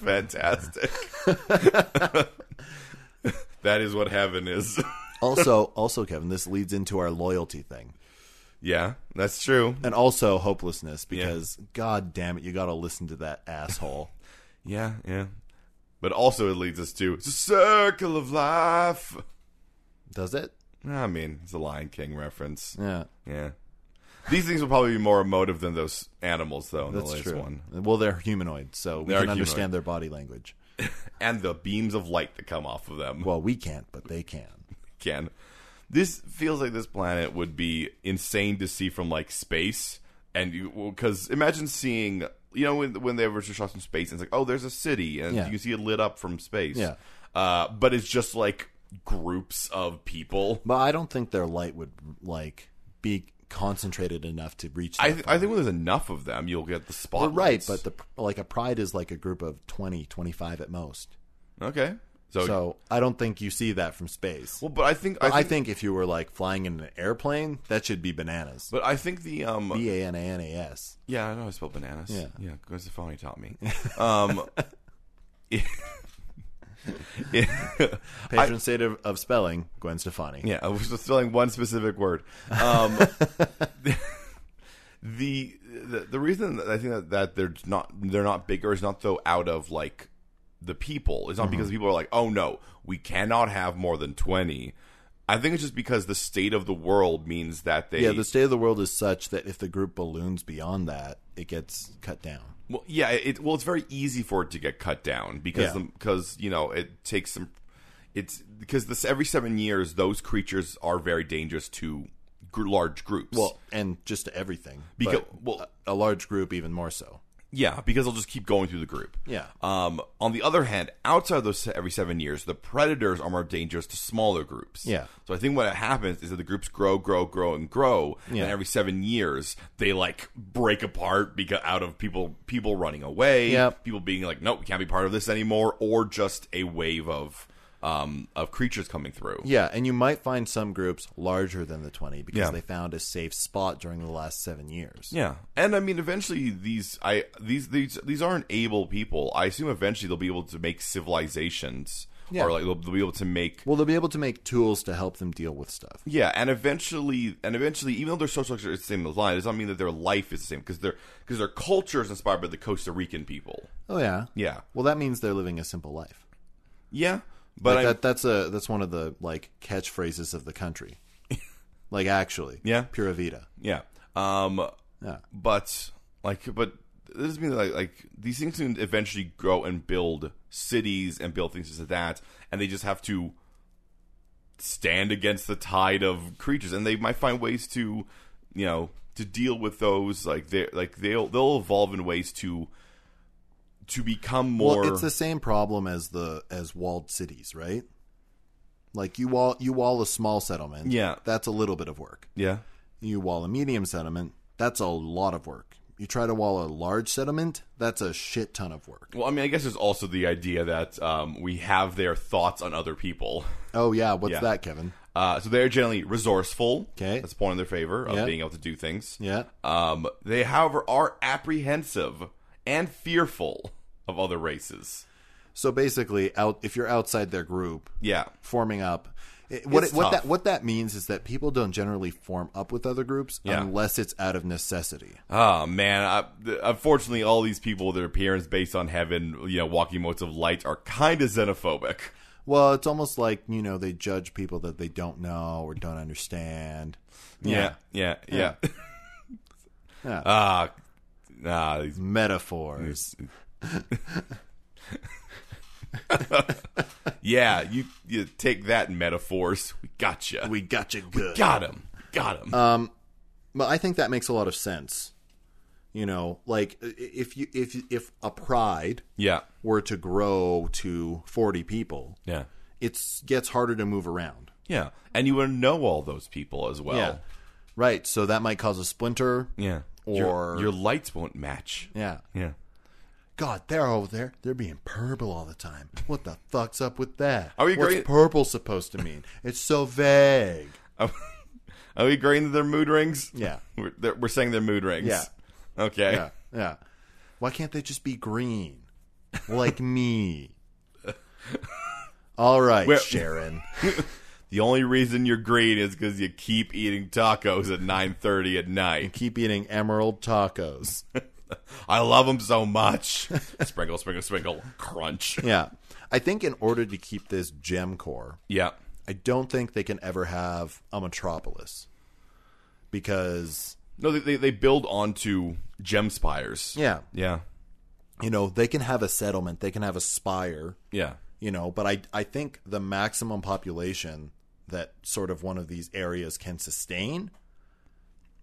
fantastic. that is what heaven is.
Also, also Kevin, this leads into our loyalty thing.
Yeah, that's true.
and also hopelessness because god damn it you gotta listen to that asshole
Yeah, yeah. But also, it leads us to it's a circle of life.
does it
I mean, it's a Lion King reference.
yeah
Yeah. These things will probably be more emotive than those animals, though, in the
that's
latest
true
one.
well they're humanoid so we
They are
can understand
humanoid.
their body language
And the beams of light that come off of them.
well we can't but they can
Ken. This feels like this planet would be insane to see from like space, and because imagine seeing you know when when they were just shot from space, and it's like oh, there's a city, and
Yeah.
you can see it lit up from space.
Yeah.
uh, but it's just like groups of people.
but i don't think their light would like be concentrated enough to reach that
I th- I think when there's enough of them, you'll get the
Well,
spot.
right but the like a pride is like a group of 20 25 at most
okay, so,
so i don't think you see that from space
well, but I think
I,
I
think,
think,
if you were like flying in an airplane that should be bananas
but I think the um
b-a-n-a-n-a-s
Yeah, I know I spelled bananas.
Yeah.
yeah, because the phony taught me. Um, yeah,
patron saint of, of spelling gwen stefani
yeah, I was just filling one specific word. Um, the, the the reason that I think that, that they're not they're not bigger is not though out of like the people. It's not because
Mm-hmm.
people are like, oh no, we cannot have more than twenty. I think it's just because the state of the world means that they
Yeah, the state of the world is such that if the group balloons beyond that, it gets cut down.
Well, yeah. It, well, it's very easy for it to get cut down because
Yeah.
because you know it takes some. It's because this every seven years those creatures are very dangerous to gr- large groups.
Well, and just to everything.
because
but
well,
a large group even more so.
yeah, because they'll just keep going through the group.
Yeah.
Um. On the other hand, outside of those se- every seven years, the predators are more dangerous to smaller groups.
Yeah.
So I think what happens is that the groups grow, grow, grow, and grow,
Yeah.
and every seven years they like break apart because out of people people running away,
Yep.
people being like, no, we can't be part of this anymore, or just a wave of um of creatures coming through.
Yeah, and you might find some groups larger than the 20 because
Yeah.
they found a safe spot during the last 7 years.
Yeah, and I mean, eventually these I these these these aren't able people. I assume eventually they'll be able to make civilizations,
Yeah.
or like they'll, they'll be able to make
Well, they'll be able to make tools to help them deal with stuff.
yeah, and eventually, and eventually, even though their social structure is the same as mine, it does not mean that their life is the same because their because their culture is inspired by the Costa Rican people.
Oh yeah.
Yeah,
Well, that means they're living a simple life.
yeah,
But
but I,
that, that's a that's one of the like catchphrases of the country. like actually.
Yeah.
Pura vida.
yeah, um,
Yeah.
but like, but this means like like these things can eventually grow and build cities and build things like that, and they just have to stand against the tide of creatures, and they might find ways to, you know, to deal with those. Like they like they'll they'll evolve in ways to to become more.
Well, it's the same problem as the as walled cities, right? Like you wall you wall a small settlement.
Yeah.
That's a little bit of work.
yeah,
You wall a medium settlement, that's a lot of work. You try to wall a large settlement, that's a shit ton of work.
Well, I mean, I guess there's also the idea that um, we have their thoughts on other people.
Oh yeah, what's
Yeah.
that, Kevin?
Uh, so they're generally resourceful.
Okay.
That's a point in their favor of
Yeah.
being able to do things.
Yeah.
Um, they, however, are apprehensive and fearful of other races.
So basically, out if you're outside their group,
Yeah.
forming up it- what
It's
what
tough.
that what that means is that people don't generally form up with other groups
Yeah.
unless it's out of necessity.
Oh, man. I, th- unfortunately, all these people, their appearance based on heaven, you know, walking motes of light, are kind of xenophobic.
Well, it's almost like, you know, they judge people that they don't know or don't understand.
Yeah. Yeah. Yeah.
Yeah.
Ah. ah, these
metaphors.
Yeah, you you take that metaphors. We gotcha.
We
We
got you good.
got him. Got him.
but I think that makes a lot of sense. You know, like i- if you if if a pride
yeah.
were to grow to 40 people,
Yeah.
it gets harder to move around.
Yeah. And you wouldn't know all those people as well.
Yeah. Right, so that might cause a splinter.
Yeah.
Or-
your, your lights won't match.
Yeah.
Yeah.
God, they're over there. They're being purple all the time. What the fuck's up with that?
Are we
What's
agreeing-
purple supposed to mean? It's so vague.
Are we agreeing that they're mood rings?
Yeah.
We're, they're- we're saying they're mood rings.
Yeah.
Okay.
Yeah. Yeah. Why can't they just be green? Like me. All right,
Where-
Sharon.
The only reason you're green is because you keep eating tacos at 9:30 at night.
Keep eating emerald tacos.
I love them so much. sprinkle, sprinkle, sprinkle, crunch.
yeah. I think in order to keep this gem core,
Yeah,
I don't think they can ever have a metropolis because
no, they they, they build onto gem spires.
yeah,
yeah,
you know, they can have a settlement, they can have a spire,
yeah.
you know, but I I think the maximum population that sort of one of these areas can sustain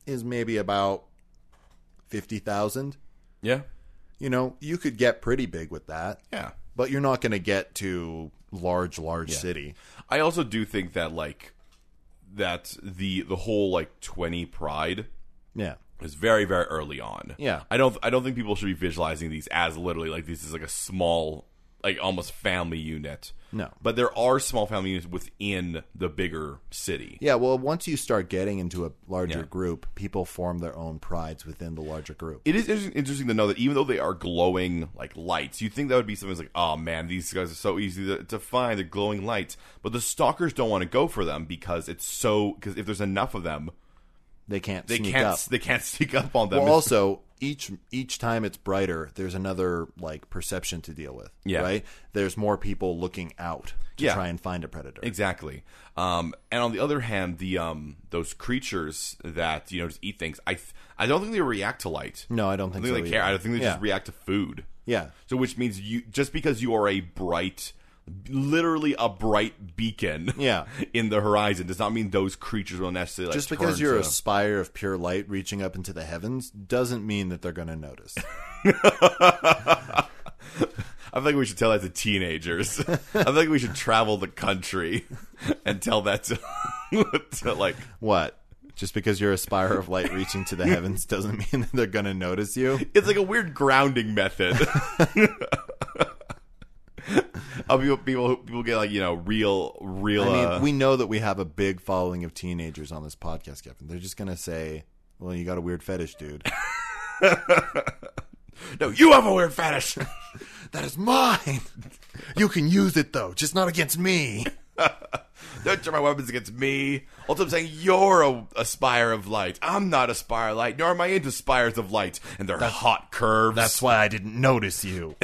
is maybe about 50,000.
yeah.
You know, you could get pretty big with that,
yeah.
but you're not going to get to large large city.
I also do think that like that the the whole like 20 pride
Yeah.
is very very early on.
Yeah.
I don't I don't think people should be visualizing these as literally like this is like a small like almost family unit.
No.
But there are small family units within the bigger city.
Yeah, well, once you start getting into a larger
Yeah.
group, people form their own prides within the larger group.
It is inter- interesting to know that even though they are glowing like lights, you would think that would be something that's like, oh man, these guys are so easy to, to find. They're glowing lights, but the stalkers don't want to go for them because it's so because if there's enough of them,
They can't
they
sneak
can't
up.
they can't sneak up on them.
well,
It's-
also each each time it's brighter, there's another like perception to deal with.
Yeah.
right. There's more people looking out to
Yeah.
try and find a predator.
Exactly. Um, and on the other hand, the um, those creatures that you know just eat things, I th- I don't think they react to light.
no, I don't
I
think
don't think
so
they care.
either.
I don't think they
Mm, yeah.
just react to food.
Yeah,
So, which means you just because you are a bright, literally a bright beacon,
Yeah.
in the horizon, does not mean those creatures will necessarily like,
just because
turn
you're a
to-
spire of pure light reaching up into the heavens doesn't mean that they're going to notice.
I feel like we should tell that to teenagers. I feel like we should travel the country and tell that to, to like
what? Just because you're a spire of light reaching to the heavens doesn't mean that they're going to notice you.
It's like a weird grounding method. Of people, people, people get like you know real, real.
I mean,
uh,
we know that we have a big following of teenagers on this podcast, Kevin. They're just gonna say, "Well, you got a weird fetish, dude."
no, you have a weird fetish.
that is mine. You can use it though, just not against me.
Don't turn my weapons against me. Also, I'm saying you're a, a spire of light. I'm not a spire of light, nor am I into spires of light and their hot curves.
That's why I didn't notice you.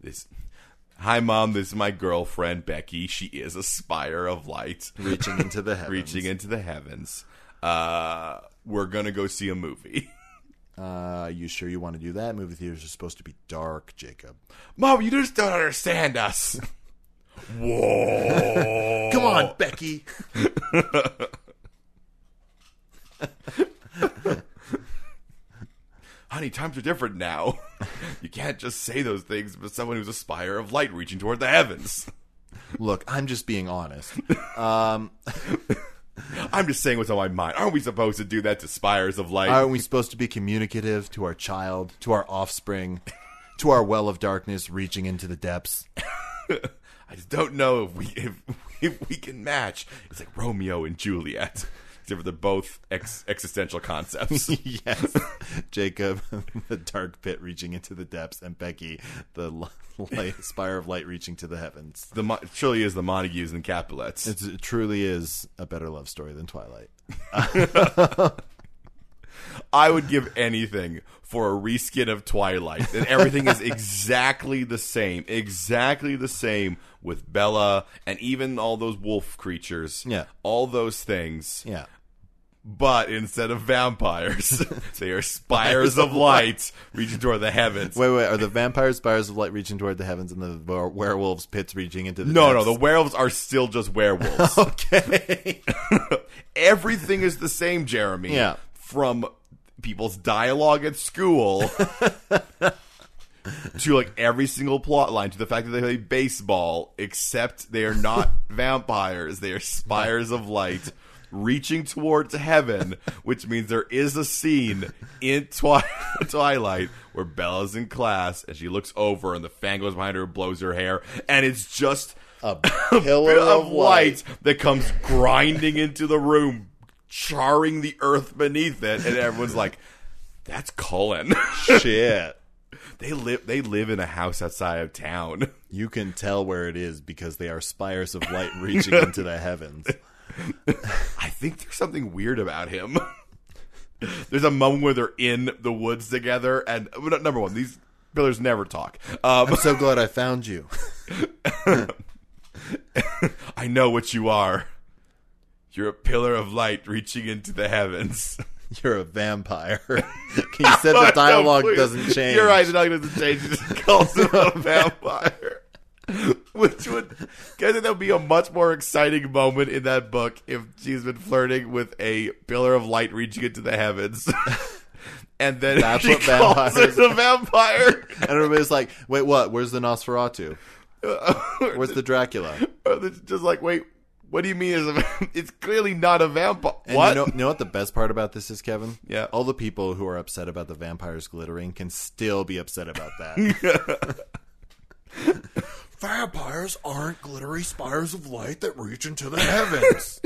this. Hi, mom. This is my girlfriend Becky. She is a spire of light,
Reaching into the heavens.
reaching into the heavens. Uh, we're gonna go see a movie.
Uh, you sure you want to do that? Movie theaters are supposed to be dark, Jacob.
Mom, you just don't understand us. Whoa.
Come on, Becky.
Honey, times are different now. you can't just say those things to someone who's a spire of light reaching toward the heavens.
Look, I'm just being honest.
I'm just saying what's on my mind. Aren't we supposed to do that to spires of light?
Aren't we supposed to be communicative to our child, to our offspring, to our well of darkness, reaching into the depths?
I just don't know if we if, if we can match. It's like Romeo and Juliet. Except for they're both ex- existential concepts.
yes, Jacob, the dark pit reaching into the depths, and Becky, the l- light, spire of light reaching to the heavens.
the Mo- it truly is the Montagues and Capulets.
It's, it truly is a better love story than Twilight.
I would give anything for a reskin of Twilight. And everything is exactly the same. Exactly the same with Bella and even all those wolf creatures.
Yeah.
All those things.
Yeah,
But instead of vampires, they are spires of light reaching toward the heavens.
wait, wait. Are the vampire spires of light reaching toward the heavens, and the were- werewolves pits reaching into the
no, no,
depths?
the werewolves are still just werewolves.
okay.
Everything is the same, Jeremy.
Yeah.
From people's dialogue at school to like every single plot line to the fact that they play baseball, except they are not vampires. They are spires of light reaching towards heaven, which means there is a scene in Twi- Twilight where Bella's in class and she looks over and the fan goes behind her and blows her hair, and it's just
a pillar
of
of
light
light.
that comes grinding into the room, charring the earth beneath it, and everyone's like, "That's Cullen."
Shit.
They live. They live in a house outside of town.
You can tell where it is because they are spires of light reaching into the heavens.
I think there's something weird about him. there's a moment where they're in the woods together, and well, number one, these pillars never talk. Um,
I'm so glad I found you.
I know what you are. You're a pillar of light reaching into the heavens.
You're a vampire. he said the dialogue
Please.
doesn't change.
You're right, the dialogue doesn't change. He just calls him a vampire. Which would, I think that would be a much more exciting moment in that book if she's been flirting with a pillar of light reaching into the heavens. and then
That's
she
what
calls
vampires
it a vampire.
And everybody's like, wait, what? Where's the Nosferatu? Where's the Dracula?
Or they're just like, wait, what do you mean? Is a, vamp- it's clearly not a vampire.
And
What?
You know, you know what the best part about this is, Kevin?
Yeah. Oh,
All the people who are upset about the vampires glittering can still be upset about that.
Vampires aren't glittery spires of light that reach into the heavens.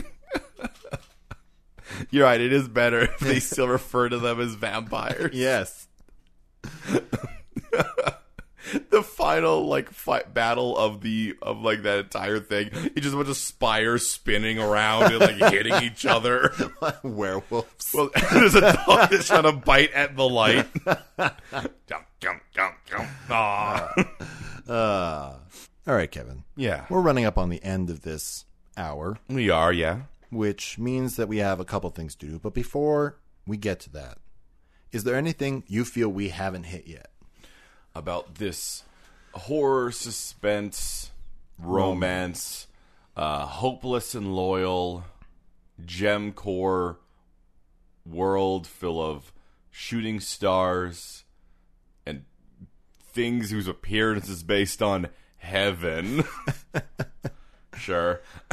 You're right. It is better if they still refer to them as vampires.
yes.
the final like fight battle of the of like that entire thing. It's just a bunch of spires spinning around and like hitting each other.
Werewolves.
Well, there's a dog that's trying to bite at the light. jump, jump, jump, jump. Aw.
Uh, all right, Kevin.
Yeah,
We're running up on the end of this hour,
we are. Yeah,
which means that we have a couple things to do. But before we get to that, is there anything you feel we haven't hit yet?
about this horror, suspense, romance, uh, hopeless and loyal, gem core world full of shooting stars and things whose appearance is based on heaven. sure.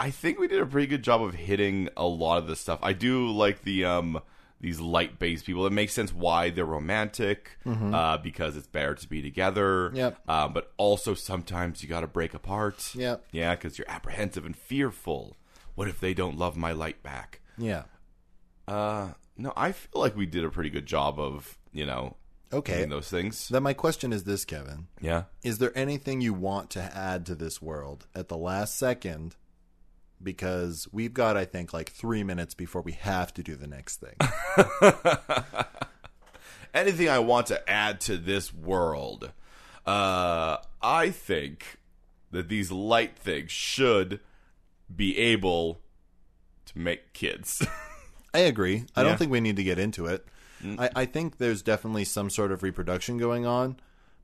I think we did a pretty good job of hitting a lot of this stuff. I do like the um these light based people. It makes sense why they're romantic uh, because it's better to be together.
Yep.
Uh, but also sometimes you got to break apart.
Yep.
Yeah, because you're apprehensive and fearful. What if they don't love my light back?
Yeah.
Uh, no, I feel like we did a pretty good job of you know
Okay.
doing those things.
Then my question is this, Kevin.
Yeah.
Is there anything you want to add to this world at the last second? Because we've got, I think, like three minutes before we have to do the next thing.
anything I want to add to this world. Uh, I think that these light things should be able to make kids.
I agree. I
Yeah. Mm.
don't think we need to get into it. I, I think there's definitely some sort of reproduction going on,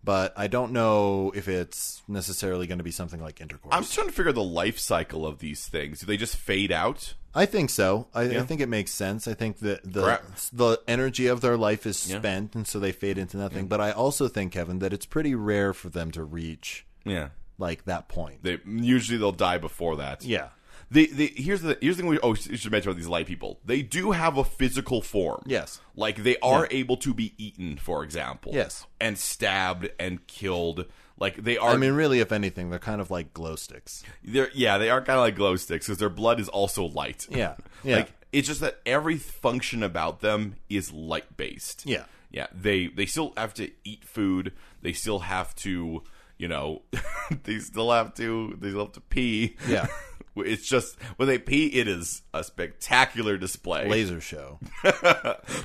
but I don't know if it's necessarily going to be something like intercourse.
I'm just trying to figure the life cycle of these things. Do they just fade out?
I think so. I, I think it makes sense. I think that the
Correct.
the energy of their life is spent, and so they fade into nothing. But I also think, Kevin, that it's pretty rare for them to reach
Yeah.
like that point.
They usually they'll die before that.
yeah.
They, they, here's the here's the thing we oh you should mention about these light people. They do have a physical form.
Yes.
Like they are able to be eaten, for example.
Yes.
And stabbed and killed. Like they are
I mean, really, if anything, they're kind of like glow sticks.
They're yeah, they are kind of like glow sticks because their blood is also light.
Yeah. Yeah.
Like it's just that every function about them is light based.
Yeah.
Yeah. They they still have to eat food. They still have to you know they still have to they still have to pee.
Yeah.
It's just when they pee, it is a spectacular display.
Laser show.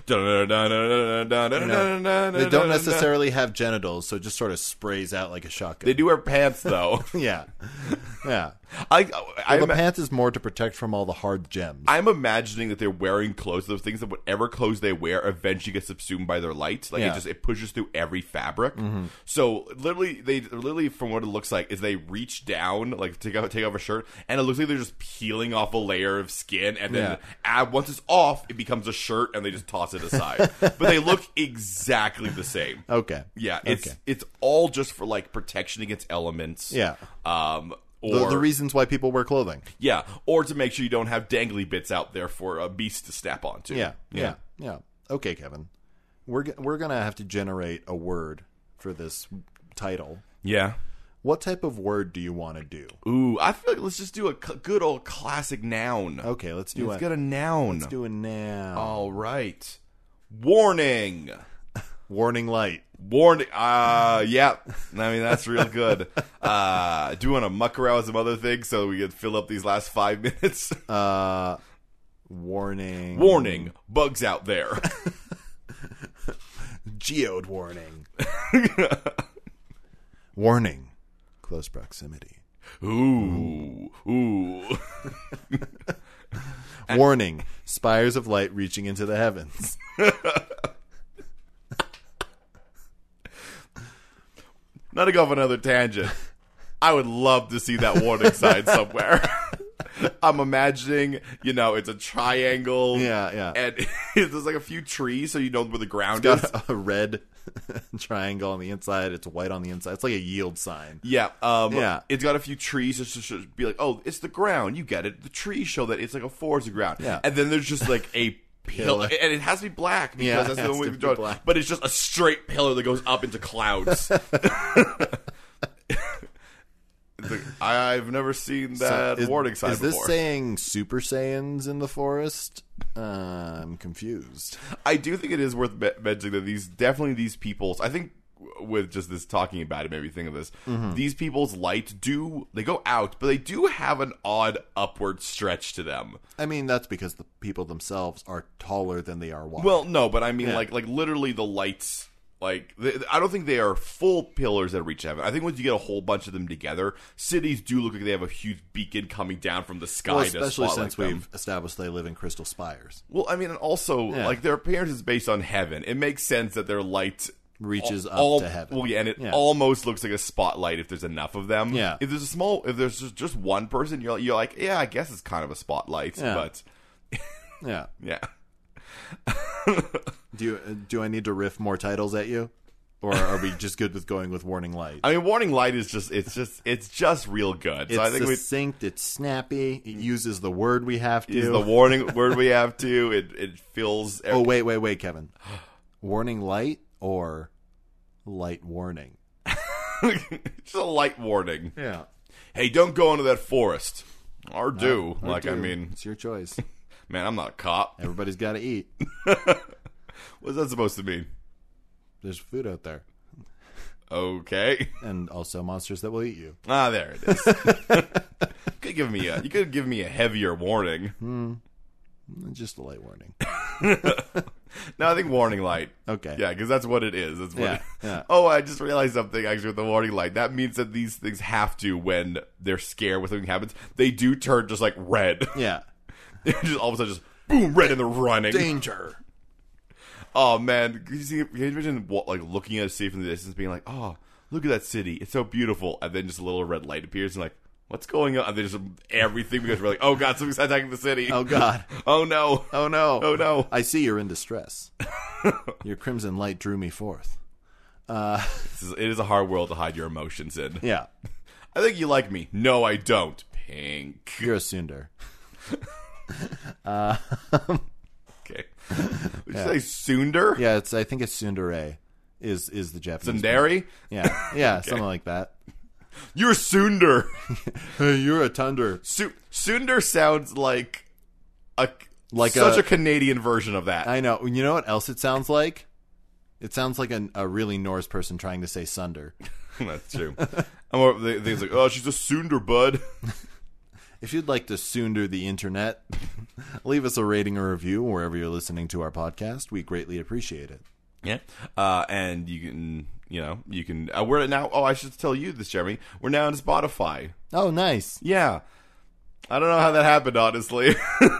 They
They don't necessarily have genitals, so it just sort of sprays out like a
They
shotgun.
do wear pants though.
yeah. Yeah.
I I
Well, the pants is more to protect from all the hard gems.
I'm imagining that they're wearing clothes, those things that whatever clothes they wear eventually gets subsumed by their light. Like it
Yeah. Mm-hmm.
just it pushes through every fabric. So literally, they literally from what it looks like is they reach down, like take off take off a shirt, and it looks like they're just peeling off a layer of skin, and then ah, once it's off, it becomes a shirt, and they just toss it aside. but they look exactly the same.
okay.
Yeah, it's
Okay.
it's all just for like protection against elements.
Yeah.
Um. Or
The, the reasons why people wear clothing.
yeah, or to make sure you don't have dangly bits out there for a beast to snap onto.
Yeah, yeah, yeah. Okay, Kevin, we're g- we're gonna have to generate a word for this title.
yeah.
What type of word do you want to do?
Ooh, I feel like let's just do a c- good old classic noun.
Okay, let's do
Let's
a
get a noun.
let's do a noun.
All right. Warning.
Warning light.
Warning. Uh, yeah. I mean, that's real good. Uh, do you want to muck around with some other things so we can fill up these last five minutes?
Uh, warning.
Warning. Bugs out there.
Geode warning. warning. Close proximity.
Ooh. Ooh.
warning. Spires of light reaching into the heavens.
Not to go off another tangent. I would love to see that warning sign somewhere. I'm imagining, you know, it's a triangle.
Yeah, yeah.
And there's like a few trees so you know where the ground is.
Got a red triangle on the inside. It's white on the inside. It's like a yield sign.
Yeah, um,
Yeah.
It's got a few trees. It's just, just be like, oh, it's the ground. You get it. The trees show that it's like a forest ground.
Yeah.
and then there's just like a pillar,
Pillar.
and it has to be black because
Yeah, it
that's the
has
only way
to
we
be
draw it.
black.
But it's just a straight pillar that goes up into clouds. It's like, I've never seen that
is,
warning sign
Is this
before.
saying Super Saiyans in the forest? Uh, I'm confused.
I do think it is worth me- mentioning that these definitely these people's. I think w- with just this talking about it made me think of this.
Mm-hmm.
These people's light do they go out, but they do have an odd upward stretch to them.
I mean, that's because the people themselves are taller than they are wide.
Well, no, but I mean like like literally the lights. Like th I don't think they are full pillars that reach heaven. I think once you get a whole bunch of them together, cities do look like they have a huge beacon coming down from the sky.
Well,
to
especially
spotlight
since
them.
we've established they live in crystal spires.
well, I mean, and also
Yeah.
like their appearance is based on heaven. It makes sense that their light
Reaches up to heaven.
Well, yeah, and it
Yeah.
almost looks like a spotlight if there's enough of them.
Yeah.
If there's a small, if there's just, just one person, you're you're like, yeah, I guess it's kind of a spotlight,
Yeah.
but
Yeah.
yeah.
Do you, uh, do I need to riff more titles at you, or are we just good with going with warning light?
I mean, warning light is just it's just it's just real good.
It's
so I think we
succinct. It's snappy. It uses the word we have to.
use the warning word we have to. It it fills.
oh wait, wait, wait, Kevin. Warning light or light warning?
just a light warning.
Yeah.
Hey, don't go into that forest. Or do
Or
like I
do.
mean,
it's your choice.
man, I'm not a cop.
Everybody's got to eat.
What's that supposed to mean?
There's food out there,
Okay.
and also monsters that will eat you.
Ah, there it is. could give me a you could give me a heavier warning.
Just a light warning.
No, I think warning light.
Okay.
Yeah, because that's what it is. That's what.
Yeah,
it-
yeah.
Oh, I just realized something actually with the warning light. That means that these things have to when they're scared when something happens. They do turn just like red.
Yeah.
just all of a sudden, just boom, red, and they're running.
Danger.
Oh man, can you, see, can you imagine what, like looking at a city from the distance, being like, "Oh, look at that city! It's so beautiful," and then just a little red light appears and like. What's going on? And there's everything because we're like, oh god, something's attacking the city.
Oh God.
Oh no.
Oh no.
Oh no.
I see you're in distress. Your crimson light drew me forth.
This is- It is a hard world to hide your emotions in.
Yeah.
I think you like me. No, I don't. Pink.
You're a Sunder.
Okay. Would you say Sunder?
Yeah, it's I think it's Sundere is is the Japanese.
Sundari?
Yeah. Yeah, something like that.
You're Sunder.
Hey, you're a Tunder.
Su- Sunder sounds like a
Like
such a,
a-
Canadian version of that.
I know. You know what else it sounds like? It sounds like an, a really Norse person trying to say Sunder.
That's true. I'm more, they, they's like, oh, she's a Sunder bud.
If you'd like to Sunder the internet, leave us a rating or review wherever you're listening to our podcast. We greatly appreciate it.
Yeah. Uh, and you can, you know, you can. Uh, we're now. Oh, I should tell you this, Jeremy. We're now on Spotify.
Oh, nice.
Yeah. I don't know how that happened, honestly.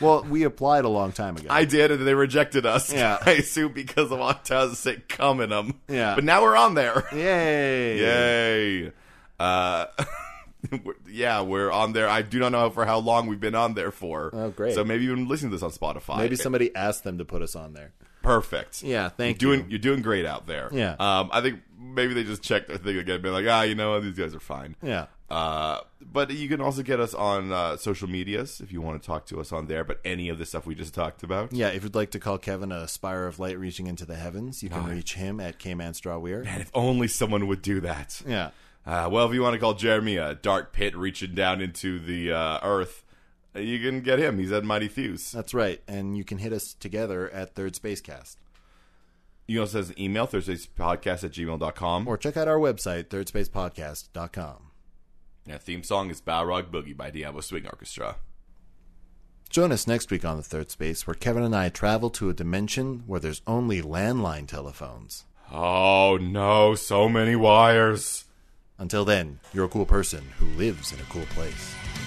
Well, we applied a long time ago.
I did, and they rejected us.
Yeah.
I assume because of Octa's sick cum in 'em.
Yeah.
But now we're on there.
Yay.
Yay. Uh, we're- yeah, we're on there. I do not know for how long we've been on there for.
Oh, great.
So maybe you've been listening to this on Spotify.
Maybe somebody asked them to put us on there.
Perfect.
Yeah, thank
Doing,
you.
you're doing great out there.
Yeah.
Um, I think maybe they just checked their thing again, and been like, ah, you know, what? these guys are fine.
Yeah.
Uh, but you can also get us on uh, social medias if you want to talk to us on there. But any of the stuff we just talked about,
Yeah, if you'd like to call Kevin a spire of light reaching into the heavens, you can reach him at Kman Strawweir.
and if only someone would do that.
Yeah.
Uh, well, if you want to call Jeremy a dark pit reaching down into the uh, earth, uh, you can get him. He's at Mighty Thews.
That's right. And you can hit us together at Third Spacecast.
You can also send us an email, thursdayspodcast at gmail.com.
Or check out our website, thirdspacepodcast.com.
And our theme song is Balrog Boogie by Diablo Swing Orchestra.
Join us next week on The Third Space, where Kevin and I travel to a dimension where there's only landline telephones.
Oh no, so many wires.
Until then, you're a cool person who lives in a cool place.